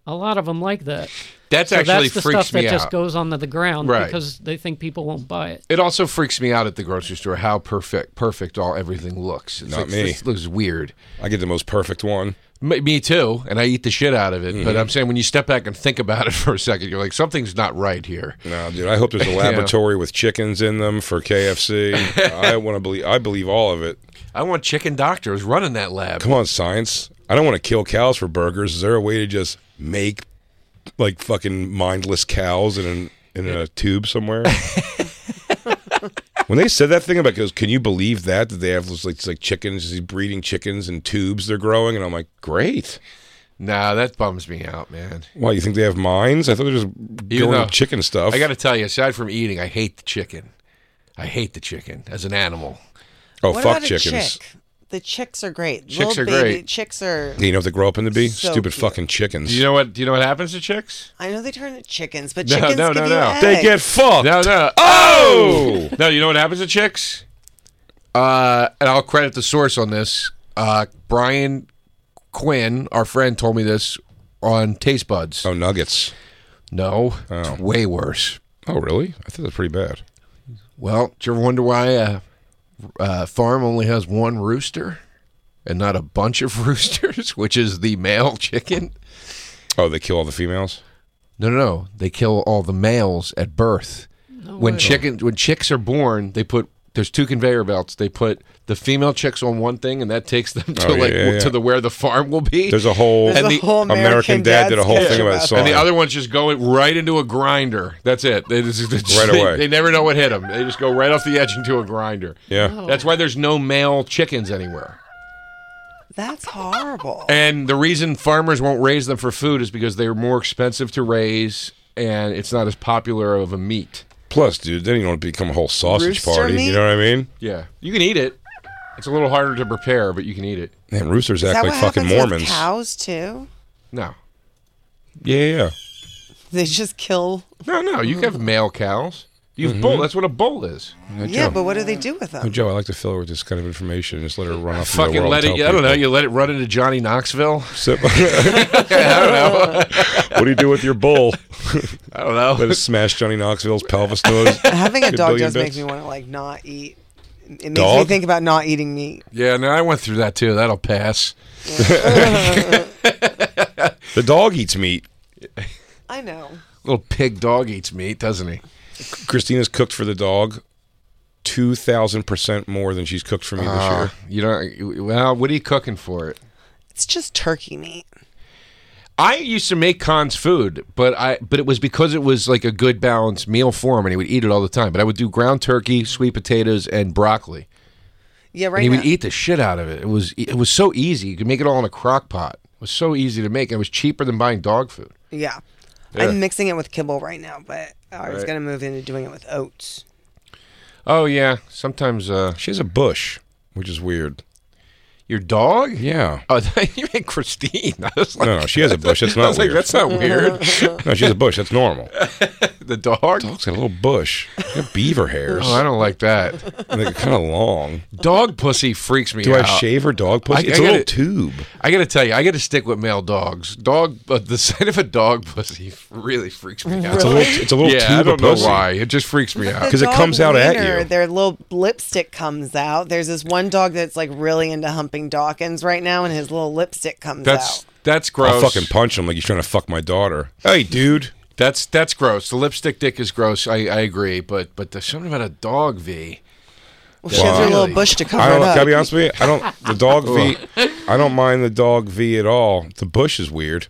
Speaker 5: a lot of them like that.
Speaker 7: that's
Speaker 5: so
Speaker 7: actually
Speaker 5: that's the
Speaker 7: freaks
Speaker 5: stuff
Speaker 7: me
Speaker 5: that
Speaker 7: out.
Speaker 5: just goes onto the ground
Speaker 7: Right.
Speaker 5: because they think people won't buy it.
Speaker 7: It also freaks me out at the grocery store how perfect perfect all everything looks. It's
Speaker 3: Not
Speaker 7: like,
Speaker 3: me.
Speaker 7: This looks weird.
Speaker 3: I get the most perfect one.
Speaker 7: M- me too, and I eat the shit out of it.
Speaker 3: Mm-hmm.
Speaker 7: But I'm saying when you step back and think about it for a second, you're like something's not right here.
Speaker 3: No, dude, I hope there's a laboratory with chickens in them for KFC. I want to believe. I believe all of it.
Speaker 7: I want chicken doctors running that lab.
Speaker 3: Come on, science. I don't want to kill cows for burgers. Is there a way to just make like fucking mindless cows in an, in a tube somewhere? when they said that thing about goes, can you believe that that they have those, like, like chickens, these breeding chickens in tubes they're growing? And I'm like, great.
Speaker 7: Nah, that bums me out, man.
Speaker 3: Why you think they have minds? I thought they're just
Speaker 7: Even
Speaker 3: going
Speaker 7: though-
Speaker 3: with chicken stuff.
Speaker 7: I got to tell you, aside from eating, I hate the chicken. I hate the chicken as an animal.
Speaker 3: oh
Speaker 6: what
Speaker 3: fuck
Speaker 6: about
Speaker 3: chickens.
Speaker 6: a chick? The chicks are great.
Speaker 7: Chicks
Speaker 6: Little
Speaker 7: are
Speaker 6: baby,
Speaker 7: great.
Speaker 6: Chicks are.
Speaker 3: You know what they grow up in to be?
Speaker 6: So
Speaker 3: Stupid
Speaker 6: cute.
Speaker 3: fucking chickens.
Speaker 7: Do you know what? Do you know what happens to chicks?
Speaker 6: I know they turn into chickens, but
Speaker 7: No,
Speaker 6: chickens
Speaker 7: no,
Speaker 6: give
Speaker 7: no,
Speaker 6: you
Speaker 7: no.
Speaker 6: eggs.
Speaker 3: they get fucked.
Speaker 7: No, no.
Speaker 3: Oh!
Speaker 7: No, you know what happens to chicks? Uh, and I'll credit the source on this. Uh, Brian Quinn, our friend, told me this on Taste Buds.
Speaker 3: Oh, nuggets.
Speaker 7: No, it's way worse.
Speaker 3: Oh, really? I thought that's pretty bad.
Speaker 7: Well, do you ever wonder why a, a farm only has one rooster and not a bunch of roosters, which is the male chicken?
Speaker 3: Oh, they kill all the females?
Speaker 7: No, no, no. They kill all the males at birth. when chicken, when chicks are born, they put there's two conveyor belts. They put the female chicks on one thing, and that takes them to
Speaker 3: Oh,
Speaker 7: like
Speaker 3: yeah,
Speaker 7: w-
Speaker 3: yeah.
Speaker 7: to the where the farm will be.
Speaker 3: There's a whole,
Speaker 6: There's
Speaker 7: And
Speaker 6: a
Speaker 7: the
Speaker 6: whole
Speaker 3: American,
Speaker 6: American,
Speaker 3: Dad did a whole
Speaker 6: sketch
Speaker 3: thing about
Speaker 6: about
Speaker 3: that song.
Speaker 7: and the other one's just going right into a grinder. That's it. They just, they just-
Speaker 3: Right
Speaker 7: they-
Speaker 3: away.
Speaker 7: They, never know what hit them. They just go right off the edge into a grinder.
Speaker 3: yeah.
Speaker 7: That's why there's no male chickens anywhere.
Speaker 6: That's horrible.
Speaker 7: And the reason farmers won't raise them for food is because they're more expensive to raise and it's not as popular of a meat.
Speaker 3: Plus, dude, then you don't become a whole sausage
Speaker 6: Rooster
Speaker 3: party.
Speaker 6: meat?
Speaker 3: You know what I mean?
Speaker 7: Yeah. You can eat it. It's a little harder to prepare, but you can eat it.
Speaker 3: Man, roosters
Speaker 6: Is
Speaker 3: act
Speaker 6: that
Speaker 3: like
Speaker 6: what
Speaker 3: fucking
Speaker 6: happens with
Speaker 3: Mormons.
Speaker 6: cows too?
Speaker 7: No.
Speaker 3: Yeah, yeah, yeah.
Speaker 6: They just kill.
Speaker 7: No, no. You can have male cows. You've bull. That's what a bull is.
Speaker 3: Now,
Speaker 6: Yeah,
Speaker 3: Joe,
Speaker 6: but what do they do with
Speaker 3: now,
Speaker 6: them?
Speaker 3: Joe, I like to fill her with this kind of information and just let her run off into the
Speaker 7: Fucking
Speaker 3: world.
Speaker 7: let it.
Speaker 3: and tell
Speaker 7: I don't know.
Speaker 3: people.
Speaker 7: You let it run into Johnny Knoxville.
Speaker 3: So- what do you do with your bull?
Speaker 7: I don't know.
Speaker 3: Let it smash Johnny Knoxville's pelvis nose.
Speaker 6: Having a
Speaker 3: Good
Speaker 6: dog
Speaker 3: billion
Speaker 6: does make
Speaker 3: bits.
Speaker 6: me want to like not eat. It makes me
Speaker 3: Dog?
Speaker 6: think about not eating meat.
Speaker 7: yeah. No, I went through that too. That'll pass.
Speaker 3: The dog eats meat.
Speaker 6: I know.
Speaker 7: Little pig dog eats meat, doesn't he?
Speaker 3: Christina's cooked for the dog two thousand percent more than she's cooked for me this year.
Speaker 7: You don't. Well, what are you cooking for it?
Speaker 6: It's just turkey meat.
Speaker 7: I used to make Khan's food, but I but it was because it was like a good balanced meal for him, and he would eat it all the time. But I would do ground turkey, sweet potatoes, and broccoli,
Speaker 6: Yeah,
Speaker 7: and
Speaker 6: right
Speaker 7: he
Speaker 6: now.
Speaker 7: would eat the shit out of it. It was it was so easy. You could make it all in a crock pot. It was so easy to make. and It was cheaper than buying dog food.
Speaker 6: yeah.
Speaker 7: Yeah.
Speaker 6: I'm mixing it with kibble right now, but I was
Speaker 7: Right.
Speaker 6: gonna move into doing it with oats.
Speaker 7: Oh yeah, sometimes uh,
Speaker 3: She has a bush, which is weird.
Speaker 7: your dog.
Speaker 3: Yeah.
Speaker 7: Oh, you meant Christine. I was like,
Speaker 3: No, no, she has a bush. That's
Speaker 7: I
Speaker 3: not
Speaker 7: was like,
Speaker 3: weird.
Speaker 7: that's not weird.
Speaker 3: No, she has a bush. That's normal.
Speaker 7: the dog.
Speaker 3: Dog's got a little bush. She's got beaver hairs.
Speaker 7: Oh, I don't like that.
Speaker 3: And they're kind of long.
Speaker 7: Dog pussy freaks me
Speaker 3: Do
Speaker 7: out.
Speaker 3: I shave her dog pussy?
Speaker 7: I-
Speaker 3: it's
Speaker 7: I
Speaker 3: a
Speaker 7: get
Speaker 3: little
Speaker 7: it.
Speaker 3: tube.
Speaker 7: I gotta tell you, I gotta stick with male dogs. Dog, but the sight of a dog pussy really freaks me out.
Speaker 3: It's a little. It's a little
Speaker 7: yeah,
Speaker 3: tube
Speaker 7: I don't
Speaker 3: of
Speaker 7: know
Speaker 3: pussy.
Speaker 7: why. It just freaks me out.
Speaker 3: Because it
Speaker 6: dog
Speaker 3: comes out at
Speaker 6: wiener,
Speaker 3: you.
Speaker 6: Their little lipstick comes out. There's this one dog that's like really into humping Dawkins right now, and his little lipstick comes
Speaker 7: That's
Speaker 6: out.
Speaker 7: that's
Speaker 3: I'll
Speaker 7: gross.
Speaker 3: fucking punch him like he's trying to fuck my daughter. Hey, dude.
Speaker 7: that's that's gross. The lipstick dick is gross. I, I agree, but but there's something about a dog V.
Speaker 6: Well, she has her
Speaker 7: Wow.
Speaker 6: little bush to cover
Speaker 3: I don't.
Speaker 6: it up.
Speaker 3: Can I be honest with you? I don't. The dog V. I don't mind the dog V at all. The bush is weird,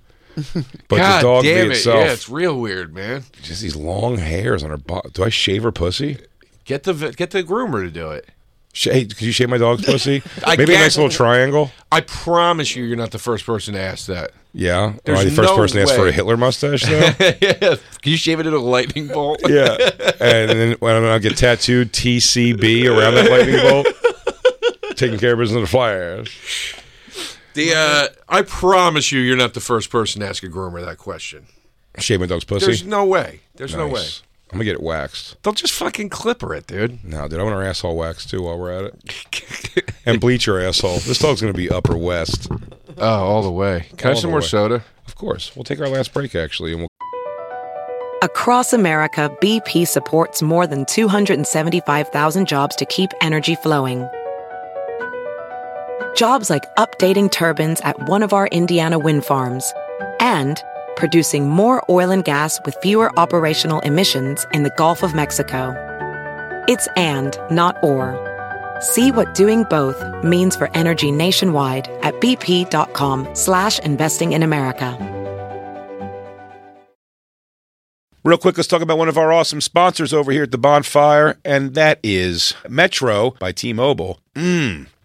Speaker 3: but
Speaker 7: God
Speaker 3: the dog V
Speaker 7: damn it!
Speaker 3: itself.
Speaker 7: Yeah, it's real weird, man.
Speaker 3: just these long hairs on her body. Do I shave her pussy?
Speaker 7: Get the vet- get the groomer to do it.
Speaker 3: Sh- hey, could you shave my dog's pussy?
Speaker 7: I
Speaker 3: Maybe a nice
Speaker 7: guess-
Speaker 3: little triangle.
Speaker 7: I promise you, you're not the first person to ask that.
Speaker 3: Yeah.
Speaker 7: There's
Speaker 3: Am I the first
Speaker 7: no
Speaker 3: person to ask for
Speaker 7: way.
Speaker 3: a Hitler mustache though?
Speaker 7: Can you shave it in a lightning bolt?
Speaker 3: yeah. And then when I'll get tattooed TCB around that lightning bolt. Taking care of business in the fire.
Speaker 7: The uh, I promise you, you're not the first person to ask a groomer that question.
Speaker 3: Shave my dog's pussy.
Speaker 7: There's no way. There's no way.
Speaker 3: Nice. I'm gonna get it waxed.
Speaker 7: They'll just fucking clipper it, dude.
Speaker 3: No, dude, I want our asshole waxed too while we're at it. and bleach your asshole. This dog's gonna be upper west.
Speaker 7: Oh, all the way. Can
Speaker 3: All
Speaker 7: I have
Speaker 3: the
Speaker 7: some more
Speaker 3: way.
Speaker 7: soda?
Speaker 3: Of course. We'll take our last break actually and we'll
Speaker 8: Across America, BP supports more than 275,000 jobs to keep energy flowing. Jobs like updating turbines at one of our Indiana wind farms and producing more oil and gas with fewer operational emissions in the Gulf of Mexico. It's and, not or. See what doing both means for energy nationwide at bp.com slash investing in America.
Speaker 3: Real quick, let's talk about one of our awesome sponsors over here at the bonfire, and that is Metro by T Mobile. Mmm.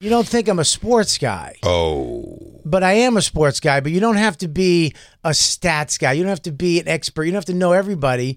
Speaker 1: You don't think I'm a sports guy,
Speaker 3: Oh.
Speaker 1: but I am a sports guy. But you don't have to be a stats guy. You don't have to be an expert. You don't have to know everybody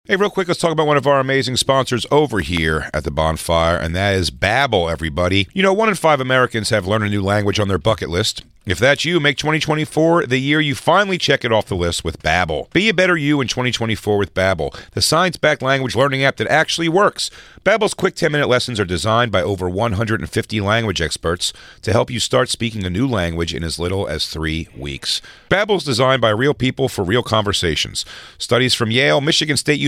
Speaker 3: Hey, real quick, let's talk about one of our amazing sponsors over here at the bonfire, and that is Babbel, everybody. You know, one in five Americans have learned a new language on their bucket list. If that's you, make 2024 the year you finally check it off the list with Babbel. Be a better you in 2024 with Babbel, the science-backed language learning app that actually works. Babbel's quick 10-minute lessons are designed by over 150 language experts to help you start speaking a new language in as little as 3 weeks. Babbel's designed by real people for real conversations. Studies from Yale, Michigan State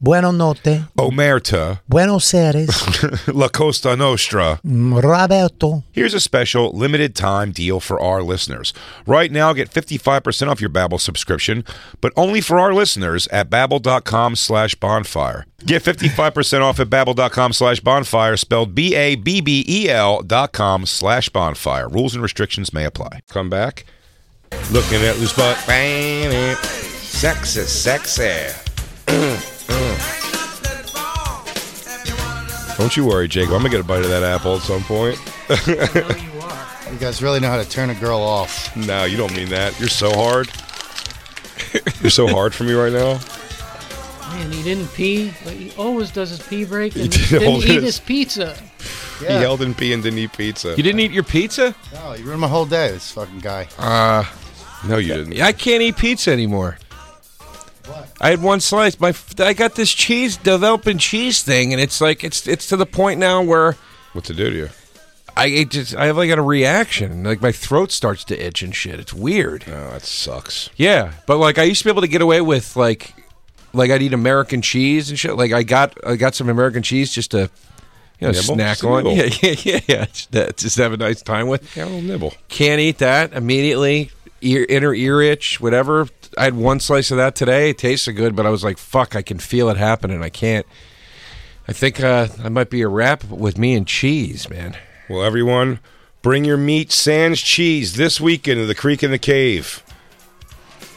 Speaker 1: Buono notte.
Speaker 3: Omerta,
Speaker 1: Buenos Aires.
Speaker 3: La Costa Nostra.
Speaker 1: Roberto.
Speaker 3: Here's a special limited time deal for our listeners. Right now, get 55% off your Babbel subscription, but only for our listeners at babbel.com slash bonfire. Get 55% off at babbel.com slash bonfire, spelled B-A-B-B-E-L E dot com slash bonfire. Rules and restrictions may apply. Come back. Looking at loose butt. Sexy, sexy. Don't you worry, Jacob. I'm going to get a bite of that apple at some point.
Speaker 4: You guys really know how to turn a girl off.
Speaker 3: No, you don't mean that. You're so hard. You're so hard for me right now.
Speaker 5: Man, he didn't pee, but he always does his pee break and
Speaker 3: did
Speaker 5: didn't
Speaker 3: all
Speaker 5: eat
Speaker 3: this.
Speaker 5: his pizza.
Speaker 4: Yeah.
Speaker 3: He held in pee and didn't eat pizza.
Speaker 7: You didn't eat your pizza?
Speaker 4: No, you ruined my whole day. This fucking guy.
Speaker 3: No, you didn't.
Speaker 7: I can't eat pizza anymore. I had one slice. My f- I got this cheese developing cheese thing, and it's like it's it's to the point now where
Speaker 3: What to do to you?
Speaker 7: I it just I have like a reaction. Like my throat starts to itch and shit. It's weird.
Speaker 3: Oh, that sucks.
Speaker 7: Yeah, but like I used to be able to get away with like like I'd eat American cheese and shit. Like I got I got some American cheese just to you know
Speaker 3: Nibble? Just
Speaker 7: snack
Speaker 3: a
Speaker 7: on.
Speaker 3: nibble.
Speaker 7: Yeah, yeah, yeah, yeah. Just, that- just have a nice time with.
Speaker 3: Yeah, a little nibble.
Speaker 7: Can't eat that immediately. Ear, inner ear itch, whatever. I had one slice of that today. It tasted good, but I was like, fuck, I can feel it happening. I can't. I think uh, I might be a wrap with me and cheese, man.
Speaker 3: Well, everyone, bring your meat, sans cheese this weekend to the Creek in the Cave.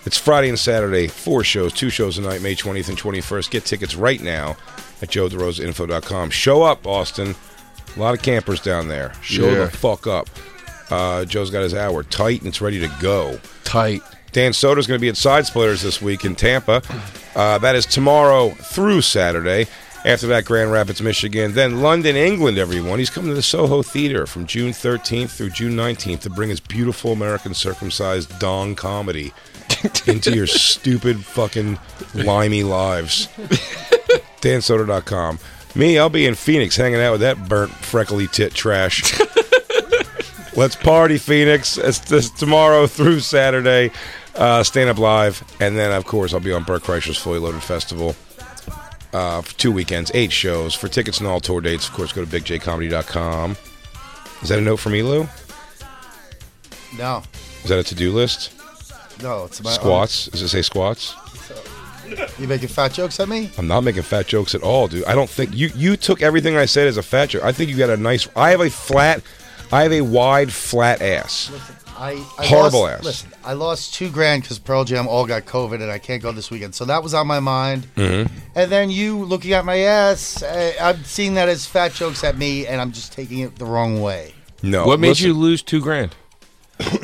Speaker 3: It's Friday and Saturday, four shows, two shows a night, May 20th and 21st. Get tickets right now at joederoseinfo.com. Show up, Austin. A lot of campers down there. Show
Speaker 6: Yeah.
Speaker 3: the fuck up. Uh, Joe's got his hour tight and it's ready to go.
Speaker 7: Tight.
Speaker 3: Dan Soder's going to be at Side Splitters this week in Tampa. Uh, that is tomorrow through Saturday. After that, Grand Rapids, Michigan. Then London, England, everyone. He's coming to the Soho Theater from June 13th through June 19th to bring his beautiful American circumcised dong comedy into your stupid fucking limey lives. DanSoder.com. Me, I'll be in Phoenix hanging out with that burnt, freckly tit trash. Let's party, Phoenix. It's this tomorrow through Saturday. Uh, stand up live. And then, of course, I'll be on Burt Kreischer's Fully Loaded Festival uh, for two weekends, eight shows. For tickets and all tour dates, of course, go to bigjcomedy.com. Is that a note from Elo?
Speaker 4: No,
Speaker 3: Is that a to do list?
Speaker 4: no, it's my own-
Speaker 3: Squats? Does it say squats?
Speaker 4: You making fat jokes at me?
Speaker 3: I'm not making fat jokes at all, dude. I don't think you you took everything I said as a fat joke. I think you got a nice. I have a flat. I have a wide, flat ass.
Speaker 4: I, I
Speaker 3: Horrible
Speaker 4: lost,
Speaker 3: ass.
Speaker 4: Listen, I lost two grand because Pearl Jam all got COVID and I can't go this weekend, so that was on my mind.
Speaker 3: Mm-hmm.
Speaker 4: And then you looking at my ass, I, I'm seeing that as fat jokes at me, and I'm just taking it the wrong way.
Speaker 3: No.
Speaker 7: What made
Speaker 3: listen.
Speaker 7: you lose two grand?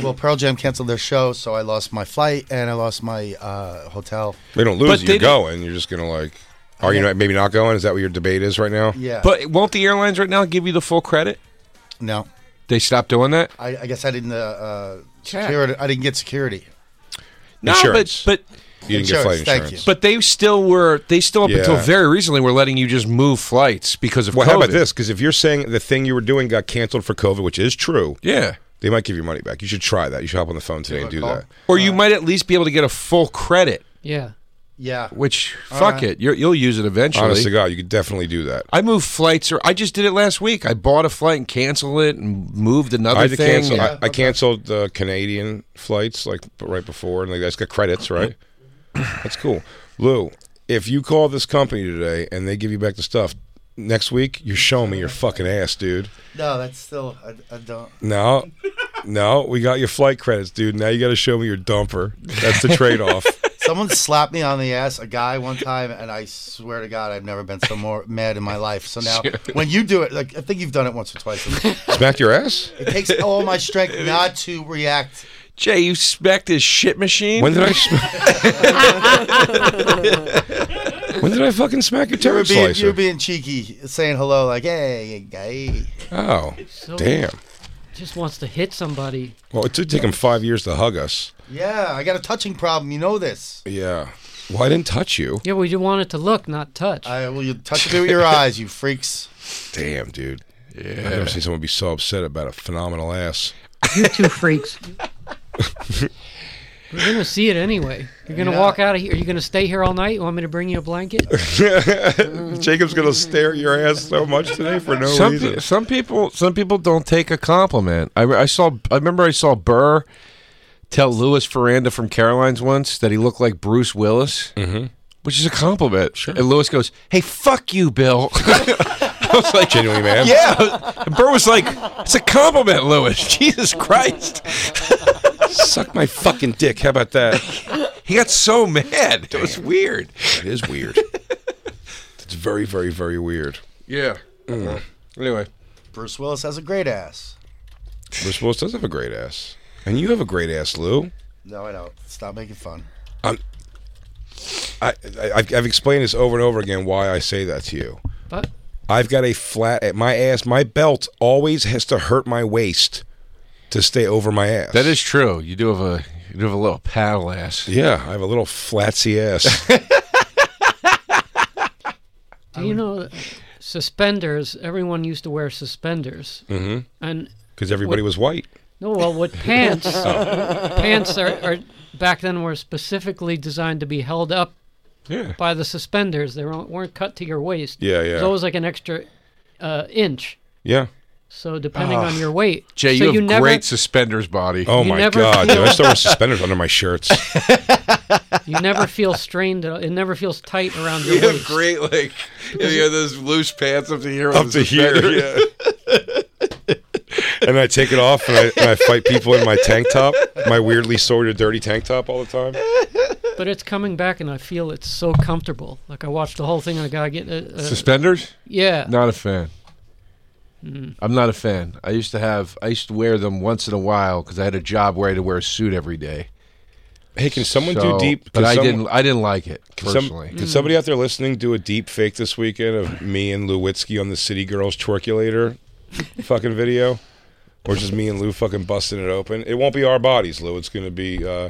Speaker 4: well, Pearl Jam canceled their show, so I lost my flight and I lost my uh, hotel.
Speaker 3: They don't
Speaker 7: But
Speaker 3: lose. it,
Speaker 7: they
Speaker 3: You're
Speaker 7: didn't-
Speaker 3: going. You're just gonna like. Are you not, maybe not going? Is that what your debate is right now?
Speaker 4: Yeah.
Speaker 7: But won't the airlines right now give you the full credit?
Speaker 4: No,
Speaker 7: They stopped doing that.
Speaker 4: I, I guess I didn't. Uh, uh,
Speaker 7: Check.
Speaker 4: secure it. I didn't get security.
Speaker 7: No,
Speaker 3: Insurance.
Speaker 7: but but
Speaker 3: You didn't get flight
Speaker 4: Insurance, thank
Speaker 3: insurance.
Speaker 4: you.
Speaker 7: But they still were. They still up
Speaker 3: Yeah.
Speaker 7: until very recently were letting you just move flights because of
Speaker 3: Well,
Speaker 7: COVID.
Speaker 3: how about this? Because if you're saying the thing you were doing got canceled for COVID, which is true,
Speaker 7: Yeah.
Speaker 3: they might give you money back. You should try that. You should hop on the phone today and do
Speaker 4: call.
Speaker 3: that.
Speaker 7: Or you might at least be able to get a full credit,
Speaker 5: Yeah.
Speaker 4: Yeah.
Speaker 7: which
Speaker 4: All
Speaker 7: fuck
Speaker 4: right.
Speaker 7: it, you're, you'll use it eventually.
Speaker 3: Honest to God, you could definitely do that.
Speaker 7: I moved flights, or I just did it last week. I bought a flight and canceled it, and moved another
Speaker 3: I had to
Speaker 7: thing.
Speaker 3: cancel.
Speaker 7: and-
Speaker 3: I, I canceled the Canadian flights like b- right before, and like that's got credits, right? that's cool, Lou. If you call this company today and they give you back the stuff next week, you're showing me your fucking ass, dude.
Speaker 4: No, that's still. I, I don't.
Speaker 3: No, no, we got your flight credits, dude. Now you got to show me your dumper. That's the trade-off.
Speaker 4: Someone slapped me on the ass, a guy one time, and I swear to God, I've never been so more mad in my life. So now, when you do it, like I think you've done it once or twice, it
Speaker 3: Smack your ass.
Speaker 4: takes all my strength not to react.
Speaker 7: Jay, you smacked this shit machine.
Speaker 3: When did I? Sm- when did I fucking smack your
Speaker 4: You were,
Speaker 3: turd
Speaker 4: being, you
Speaker 3: slicer?
Speaker 4: were being cheeky, saying hello, like "Hey, hey."
Speaker 3: oh, damn.
Speaker 5: Just wants to hit somebody.
Speaker 3: Well, it did take him five years to hug us.
Speaker 4: Yeah, I got a touching problem. You know this.
Speaker 3: Yeah. Well, I didn't touch you.
Speaker 5: Yeah, we just want it to look, not touch.
Speaker 4: I will you touch me with your eyes, you freaks.
Speaker 3: Damn, dude. Yeah. I've never seen someone be so upset about a phenomenal ass.
Speaker 5: You two freaks. You're gonna see it anyway. You're gonna walk out of here. Are you gonna stay here all night? You want me to bring you a blanket?
Speaker 3: Mm-hmm. Jacob's gonna stare at your ass so much today for no
Speaker 7: some,
Speaker 3: reason.
Speaker 7: pe- some people some people don't take a compliment. I, re- I saw I remember I saw Burr tell Louis Ferranda from Caroline's once that he looked like Bruce Willis, mm-hmm. which is a compliment. And Louis goes, "Hey, fuck you, Bill." I was like,
Speaker 3: Genuinely, man.
Speaker 7: "Yeah." And Burr was like, "It's a compliment, Louis. Jesus Christ!"
Speaker 3: Suck my fucking dick. How about that?
Speaker 7: He got so mad. It was weird.
Speaker 3: it is weird. It's very, very, very weird.
Speaker 7: Yeah. Uh-huh. Anyway,
Speaker 4: Bruce Willis has a great ass.
Speaker 3: Bruce Willis does have a great ass, and you have a great ass, Lou.
Speaker 4: No, I don't. Stop making fun.
Speaker 3: I, I I've I've explained this over and over again why I say that to you.
Speaker 5: But
Speaker 3: I've got a flat at my ass. My belt always has to hurt my waist to stay over my ass.
Speaker 7: that is true. You do have a you do have a little paddle ass.
Speaker 3: Yeah, I have a little flatsy ass.
Speaker 5: do you know that suspenders? Everyone used to wear suspenders. Mm-hmm. And
Speaker 3: Because everybody was white.
Speaker 5: no, well, with pants, pants are, are back then were specifically designed to be held up
Speaker 7: Yeah.
Speaker 5: by the suspenders. They weren't, weren't cut to your waist.
Speaker 3: Yeah, yeah.
Speaker 5: There's always like an extra uh, inch.
Speaker 3: Yeah.
Speaker 5: So depending on your weight,
Speaker 7: Jay,
Speaker 5: so
Speaker 7: you have
Speaker 5: never,
Speaker 7: great suspenders body.
Speaker 3: Oh
Speaker 5: You
Speaker 3: my
Speaker 5: never
Speaker 3: god, dude!
Speaker 5: feel-
Speaker 3: I still wear suspenders under my shirts.
Speaker 5: You never feel strained. at all. It never feels tight around your
Speaker 7: You have
Speaker 5: waist.
Speaker 7: great like if you have those loose pants up to here.
Speaker 3: Up to here, yeah. and I take it off and I, and I fight people in my tank top, my weirdly sorted, dirty tank top all the time.
Speaker 5: But it's coming back, and I feel it's so comfortable. Like I watched the whole thing, and a guy get a, a,
Speaker 7: Suspenders?
Speaker 5: yeah.
Speaker 7: Not a fan.
Speaker 5: Hmm.
Speaker 7: I'm not a fan. I used to have I used to wear them once in a while because I had a job where I had to wear a suit every day.
Speaker 3: Hey, can someone do
Speaker 7: So-
Speaker 3: deep?
Speaker 7: But
Speaker 3: can
Speaker 7: I
Speaker 3: some-
Speaker 7: didn't. I didn't like it
Speaker 3: can some-
Speaker 7: personally.
Speaker 3: can somebody out there listening do a deep fake this weekend of me and Lewitsky on the City Girls twerculator fucking video, or just me and Lou fucking busting it open? It won't be our bodies, Lou. It's going to be uh,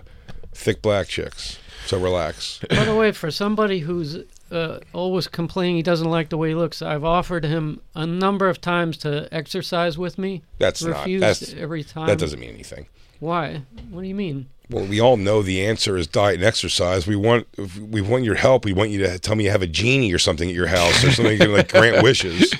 Speaker 3: thick black chicks. So relax.
Speaker 5: By the way, for somebody who's uh, always complaining he doesn't like the way he looks, I've offered him a number of times to exercise with me.
Speaker 3: That's
Speaker 5: refused
Speaker 3: not. That's
Speaker 5: every time.
Speaker 3: That doesn't mean anything.
Speaker 5: Why? What do you mean?
Speaker 3: Well, we all know the answer is diet and exercise. We want if we want your help. We want you to tell me you have a genie or something at your house or something you can, like grant wishes.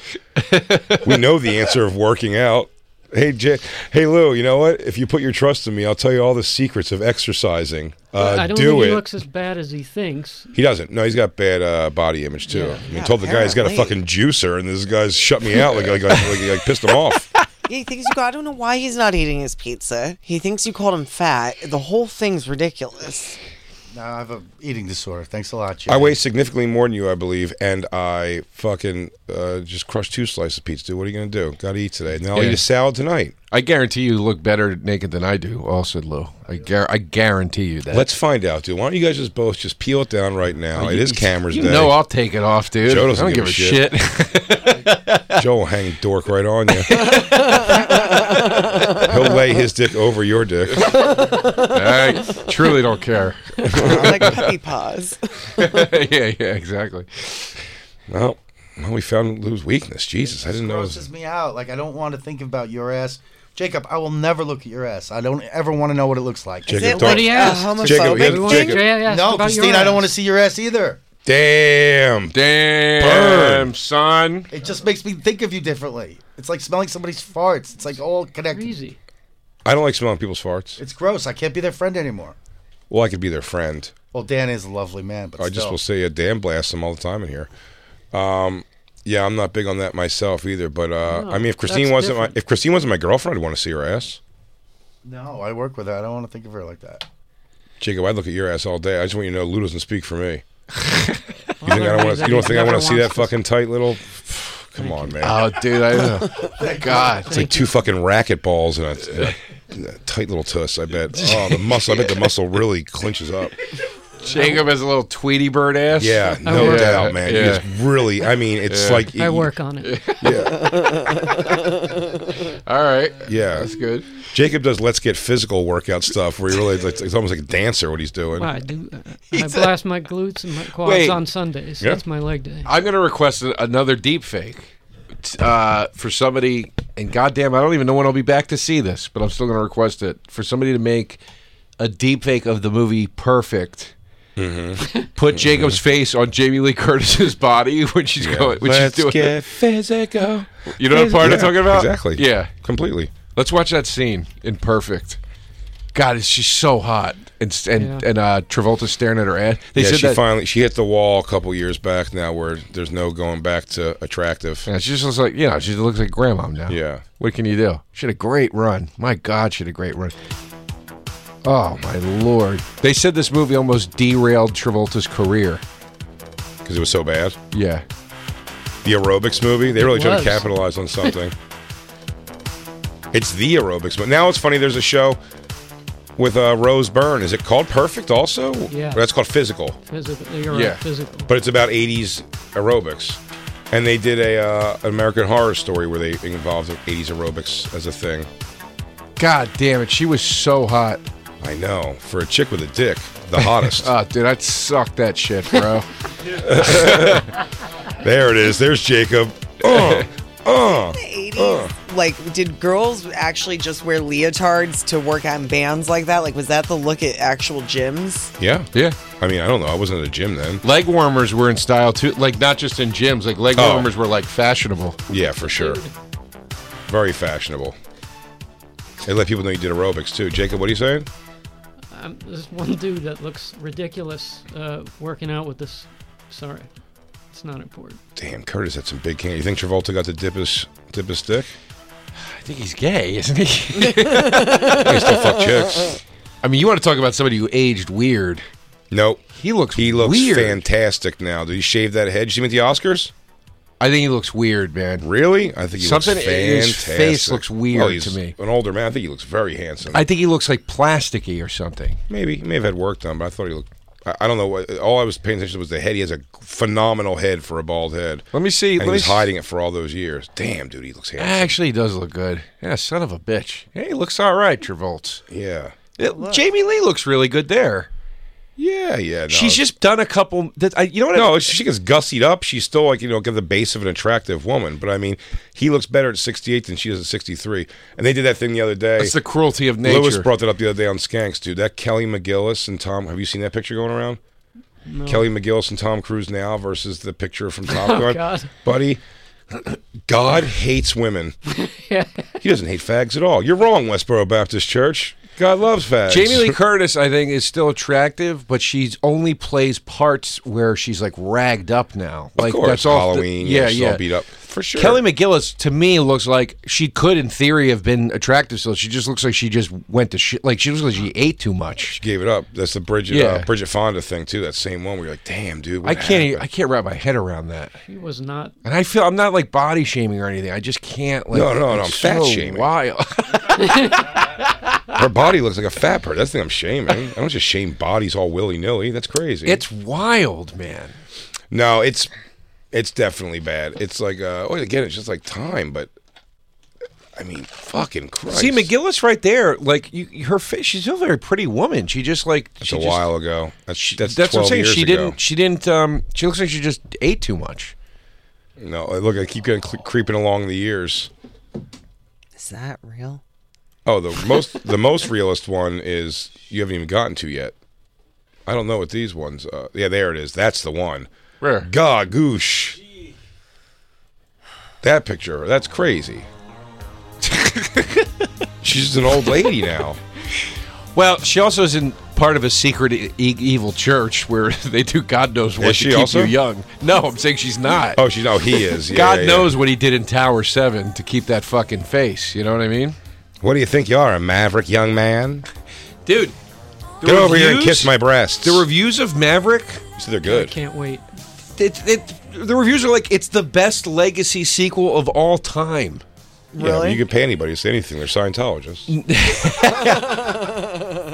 Speaker 3: We know the answer of working out. Hey, Jay, hey Lou, you know what? If you put your trust in me, I'll tell you all the secrets of exercising. Uh,
Speaker 5: I don't
Speaker 3: do
Speaker 5: think
Speaker 3: it.
Speaker 5: he looks as bad as he thinks.
Speaker 3: He doesn't. No, he's got bad uh, body image too. I mean,
Speaker 6: Yeah,
Speaker 3: told the guy he's got a
Speaker 6: apparently.
Speaker 3: fucking juicer, and this guy's shut me out like like like, like, like pissed him off.
Speaker 6: Yeah, he thinks you. I don't know why he's not eating his pizza. He thinks you called him fat. The whole thing's ridiculous.
Speaker 4: No, I have a eating disorder. Thanks a lot, Jay.
Speaker 3: I weigh significantly more than you, I believe, and I fucking uh, just crushed two slices of pizza. Dude, what are you gonna do? Got to eat today. Now I'll
Speaker 7: Yeah.
Speaker 3: eat a salad tonight.
Speaker 7: I guarantee you look better naked than I do. Also, Lou, I gar- I guarantee you that.
Speaker 3: Let's find out, dude. Why don't you guys just both just peel it down right now? it is cameras
Speaker 7: Oh, you
Speaker 3: day.
Speaker 7: know I'll take it off, dude.
Speaker 3: Joe
Speaker 7: I
Speaker 3: doesn't
Speaker 7: don't give a shit.
Speaker 3: Joe will hang dork right on you. He'll lay his dick over your dick.
Speaker 7: I truly don't care.
Speaker 6: like puppy paws.
Speaker 7: yeah, yeah, exactly.
Speaker 3: Well, well, we found Lou's weakness. Jesus, I didn't know. it was-
Speaker 4: grosses me out. Like I don't want to think about your ass, Jacob. I will never look at your ass. I don't ever want to know what it looks like.
Speaker 3: Jacob,
Speaker 6: Is it
Speaker 3: don't-
Speaker 6: like
Speaker 5: What he
Speaker 6: a
Speaker 5: asked.
Speaker 6: Uh, homophobic
Speaker 3: Jacob, yeah,
Speaker 6: thing?
Speaker 3: Jacob.
Speaker 5: Jay asked
Speaker 4: No,
Speaker 5: about
Speaker 4: Christine,
Speaker 5: your
Speaker 4: I don't
Speaker 5: ass.
Speaker 4: want to see your ass either.
Speaker 3: Damn.
Speaker 7: Damn,
Speaker 3: Burn.
Speaker 7: son.
Speaker 4: It just makes me think of you differently. It's like smelling somebody's farts. It's like all connected.
Speaker 5: Easy.
Speaker 3: I don't like smelling people's farts.
Speaker 4: It's gross. I can't be their friend anymore.
Speaker 3: Well, I could be their friend.
Speaker 4: Well, Dan is a lovely man, but
Speaker 3: I just
Speaker 4: still.
Speaker 3: will say a damn blast them all the time in here. Um, yeah, I'm not big on that myself either. But uh, I mean, if Christine
Speaker 5: that's
Speaker 3: wasn't my,
Speaker 5: different.
Speaker 3: if Christine wasn't my girlfriend, I'd want to see her ass.
Speaker 4: No, I work with her. I don't want to think of her like that.
Speaker 3: Jacob, I'd look at your ass all day. I just want you to know Lou doesn't speak for me. You
Speaker 5: Well,
Speaker 3: think I don't
Speaker 5: that
Speaker 3: want
Speaker 5: means
Speaker 3: to?
Speaker 5: that
Speaker 3: You don't
Speaker 5: he
Speaker 3: think I
Speaker 5: never
Speaker 3: want to see that
Speaker 5: wants
Speaker 3: fucking tight little? Come on,
Speaker 5: Uh,
Speaker 3: man.
Speaker 7: Oh, dude, I know. God.
Speaker 3: It's like two fucking racket balls and a, and a tight little tuss. I bet. Oh, the muscle. I bet the muscle really clinches up.
Speaker 7: Jacob has a little Tweety Bird ass.
Speaker 3: Yeah,
Speaker 5: I
Speaker 3: no
Speaker 5: work-
Speaker 3: doubt, man.
Speaker 7: Yeah.
Speaker 3: It's really. I mean, it's like
Speaker 5: I work on it.
Speaker 7: All right.
Speaker 3: Yeah.
Speaker 7: That's good.
Speaker 3: Jacob does let's get physical workout stuff where he really it's, it's almost like a dancer what he's doing.
Speaker 5: Well, I do. I blast my glutes and my quads
Speaker 7: Wait.
Speaker 5: on Sundays. That's my leg day.
Speaker 7: I'm going to request a- another deep fake uh, for somebody, and goddamn, I don't even know when I'll be back to see this, but I'm still going to request it for somebody to make a deep fake of the movie Perfect.
Speaker 3: Mm-hmm.
Speaker 7: Put Jacob's face on Jamie Lee Curtis's body when she's going, when
Speaker 3: Let's
Speaker 7: she's doing.
Speaker 3: get
Speaker 7: physical. You know what part I'm talking about?
Speaker 3: Exactly.
Speaker 7: Yeah.
Speaker 3: Completely.
Speaker 7: Let's watch that scene in Perfect. God, is she so hot? And s- and
Speaker 5: Yeah.
Speaker 7: and uh, Travolta staring at her ass. They
Speaker 3: yeah,
Speaker 7: said
Speaker 3: she
Speaker 7: that.
Speaker 3: finally she hit the wall a couple years back now where there's no going back to attractive.
Speaker 7: Yeah, she just looks like you know. She looks like grandma now.
Speaker 3: Yeah.
Speaker 7: What can you do? She had a great run. My God, she had a great run. Oh my lord! They said this movie almost derailed Travolta's career.
Speaker 3: Because it was so bad.
Speaker 7: Yeah.
Speaker 3: The aerobics movie, they really
Speaker 5: It
Speaker 3: tried to
Speaker 5: was.
Speaker 3: capitalize on something. it's the aerobics movie. Now it's funny there's a show with uh, Rose Byrne. Is it called Perfect also?
Speaker 5: Yeah.
Speaker 3: That's called Physical.
Speaker 5: Physical. You're
Speaker 7: Yeah.
Speaker 5: right. Physical.
Speaker 3: but it's about 80s aerobics. And they did a uh, American Horror Story where they involved 80s aerobics as a thing.
Speaker 7: God damn it! She was so hot.
Speaker 3: I know for a chick with a dick, the hottest.
Speaker 7: Oh, dude, I'd suck that shit, bro.
Speaker 3: there it is. There's Jacob. Uh, uh.
Speaker 6: The 80s, like, did girls actually just wear leotards to work on bands like that? Like, was that the look at actual gyms?
Speaker 3: Yeah,
Speaker 7: yeah.
Speaker 3: I mean, I don't know. I wasn't at a gym then.
Speaker 7: Leg warmers were in style too. Like not just in gyms. Like leg
Speaker 3: Oh.
Speaker 7: warmers were like fashionable.
Speaker 3: Yeah, for sure. Very fashionable. They let people know you did aerobics too. Jacob, what are you saying?
Speaker 5: Um, there's one dude that looks ridiculous uh, working out with this. Sorry, it's not important.
Speaker 3: Damn, Curtis had some big can. You think Travolta got to dip his dip his dick?
Speaker 7: I think he's gay, isn't he?
Speaker 3: He still fuck chicks.
Speaker 7: I mean, you want to talk about somebody who aged weird?
Speaker 3: Nope.
Speaker 7: He looks
Speaker 3: He looks
Speaker 7: weird.
Speaker 3: fantastic now. Did he shave that head? Did you see him at the Oscars?
Speaker 7: I think he looks weird, man.
Speaker 3: Really? I think he
Speaker 7: Something
Speaker 3: looks
Speaker 7: in his
Speaker 3: fantastic.
Speaker 7: face looks weird
Speaker 3: Oh, he's
Speaker 7: to me.
Speaker 3: An older man. I think he looks very handsome.
Speaker 7: I think he looks like plasticky or something.
Speaker 3: Maybe he may have had work done, but I thought he looked. I, I don't know. what- All I was paying attention to was the head. He has a phenomenal head for a bald head.
Speaker 7: Let me see.
Speaker 3: And
Speaker 7: Let
Speaker 3: he
Speaker 7: me
Speaker 3: was
Speaker 7: s-
Speaker 3: hiding it for all those years. Damn, dude, he looks handsome.
Speaker 7: Actually, he does look good. Yeah, son of a bitch. Yeah, he looks all right, Travolta.
Speaker 3: Yeah,
Speaker 7: It- Jamie Lee looks really good there.
Speaker 3: yeah, yeah. No,
Speaker 7: She's just done a couple. That I, you know what? I,
Speaker 3: no. She gets gussied up. She's still like you know, got the base of an attractive woman. But I mean, he looks better at sixty eight than she does at sixty three. And they did that thing the other day.
Speaker 7: that's the cruelty of nature.
Speaker 3: Lewis brought that up the other day on Skanks, dude. That Kelly McGillis and Tom. Have you seen that picture going around? Kelly McGillis and Tom Cruise now versus the picture from Top Gun.
Speaker 7: Oh,
Speaker 5: God.
Speaker 3: Buddy, God hates women. He doesn't hate fags at all. You're wrong, Westboro Baptist Church. God loves fags.
Speaker 7: Jamie Lee Curtis, I think, is still attractive, but she's only plays parts where she's like ragged up now.
Speaker 3: Of
Speaker 7: like
Speaker 3: course,
Speaker 7: that's all.
Speaker 3: Halloween, yeah, she's all beat up. For sure.
Speaker 7: Kelly McGillis to me looks like she could, in theory, have been attractive. So she just looks like she just went to shit. Like she looks like she ate too much.
Speaker 3: gave it up. That's the Bridget
Speaker 7: Yeah.
Speaker 3: uh, Bridget Fonda thing too. That same one where you're like, damn, dude.
Speaker 7: I
Speaker 3: what
Speaker 7: can't. e, I
Speaker 3: happened?
Speaker 7: can't wrap my head around that.
Speaker 5: He was not.
Speaker 7: And I feel I'm not like body shaming or anything. I just can't. Like,
Speaker 3: No, no, no,
Speaker 7: it's
Speaker 3: I'm fat
Speaker 7: so
Speaker 3: shaming.
Speaker 7: Wild.
Speaker 3: Her body looks like a fat person. That's the thing I'm shaming. I don't just shame bodies all willy nilly. That's crazy.
Speaker 7: it's wild, man.
Speaker 3: No, it's it's definitely bad. It's like uh oh again, it's just like time, but I mean, fucking Christ.
Speaker 7: See McGillis right there, like you, her face. She's still a very pretty woman. She just like
Speaker 3: That's
Speaker 7: she
Speaker 3: a
Speaker 7: just-
Speaker 3: while ago. That's that's,
Speaker 7: That's what
Speaker 3: 12
Speaker 7: I'm saying.
Speaker 3: years
Speaker 7: She
Speaker 3: ago.
Speaker 7: didn't. She didn't. Um, she looks like she just ate too much.
Speaker 3: No, uh, look, I keep getting cl- creeping along the years.
Speaker 6: Is that real?
Speaker 3: Oh, the most the most realist one is you haven't even gotten to yet. I don't know what these ones. Uh, yeah, there it is. That's the one.
Speaker 7: Where?
Speaker 3: God, goosh. That picture. That's crazy. She's just an old lady now.
Speaker 7: Well, she also is in part of a secret e- e- evil church where they do God knows what
Speaker 3: Is
Speaker 7: to
Speaker 3: she
Speaker 7: keep
Speaker 3: also?
Speaker 7: you young. No, I'm saying she's not.
Speaker 3: Oh, she. No, he is. Yeah,
Speaker 7: God
Speaker 3: yeah, yeah.
Speaker 7: knows what he did in Tower Seven to keep that fucking face. You know what I mean,
Speaker 3: What do you think you are, a maverick young man?
Speaker 7: dude? the
Speaker 3: Get over here and
Speaker 7: reviews-
Speaker 3: kiss my breasts.
Speaker 7: The reviews of Maverick,
Speaker 3: so they're good.
Speaker 5: Can't wait.
Speaker 7: it, it, the reviews are like it's the best legacy sequel of all time.
Speaker 3: Yeah, but
Speaker 6: Really?
Speaker 3: you can pay anybody to say anything. They're
Speaker 7: Mm-hmm.
Speaker 3: Scientologists.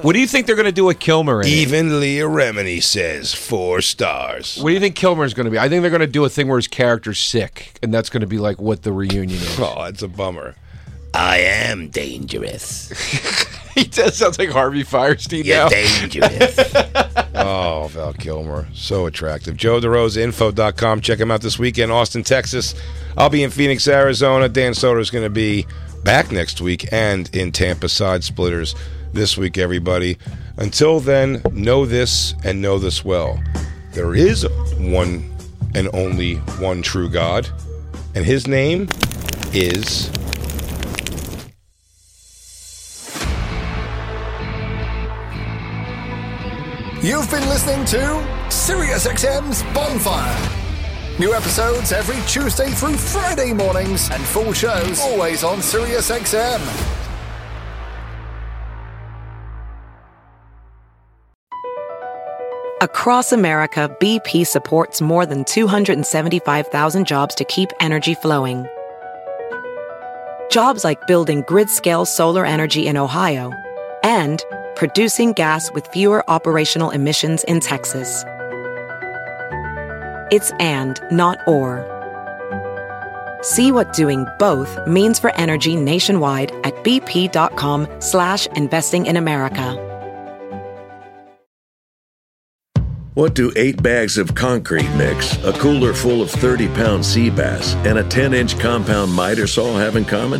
Speaker 7: What do you think they're going to do with Kilmer? In it?
Speaker 3: Even Leah Remini says four stars.
Speaker 7: What do you think Kilmer's going to be? I think they're going to do a thing where his character's sick, and that's going to be like what the reunion is.
Speaker 3: Oh, that's a bummer. I am dangerous.
Speaker 7: he does sounds like Harvey Firestein
Speaker 3: dangerous. oh, Val Kilmer. So attractive. JoeDeRosaInfo.com. Check him out this weekend, Austin, Texas. I'll be in Phoenix, Arizona. Dan Soder's going to be back next week and in Tampa Side Splitters this week, everybody. Until then, know this and know this well. There is one and only one true God, and his name is.
Speaker 1: You've been listening to SiriusXM's Bonfire. New episodes every Tuesday through Friday mornings, and full shows always on SiriusXM.
Speaker 8: Across America, BP supports more than 275,000 jobs to keep energy flowing. Jobs like building grid scale solar energy in Ohio and producing gas with fewer operational emissions in Texas. It's and, not or. See what doing both means for energy nationwide at bp.com slash investing in America.
Speaker 4: What do eight bags of concrete mix, a cooler full of 30 pound sea bass, and a 10 inch compound miter saw have in common?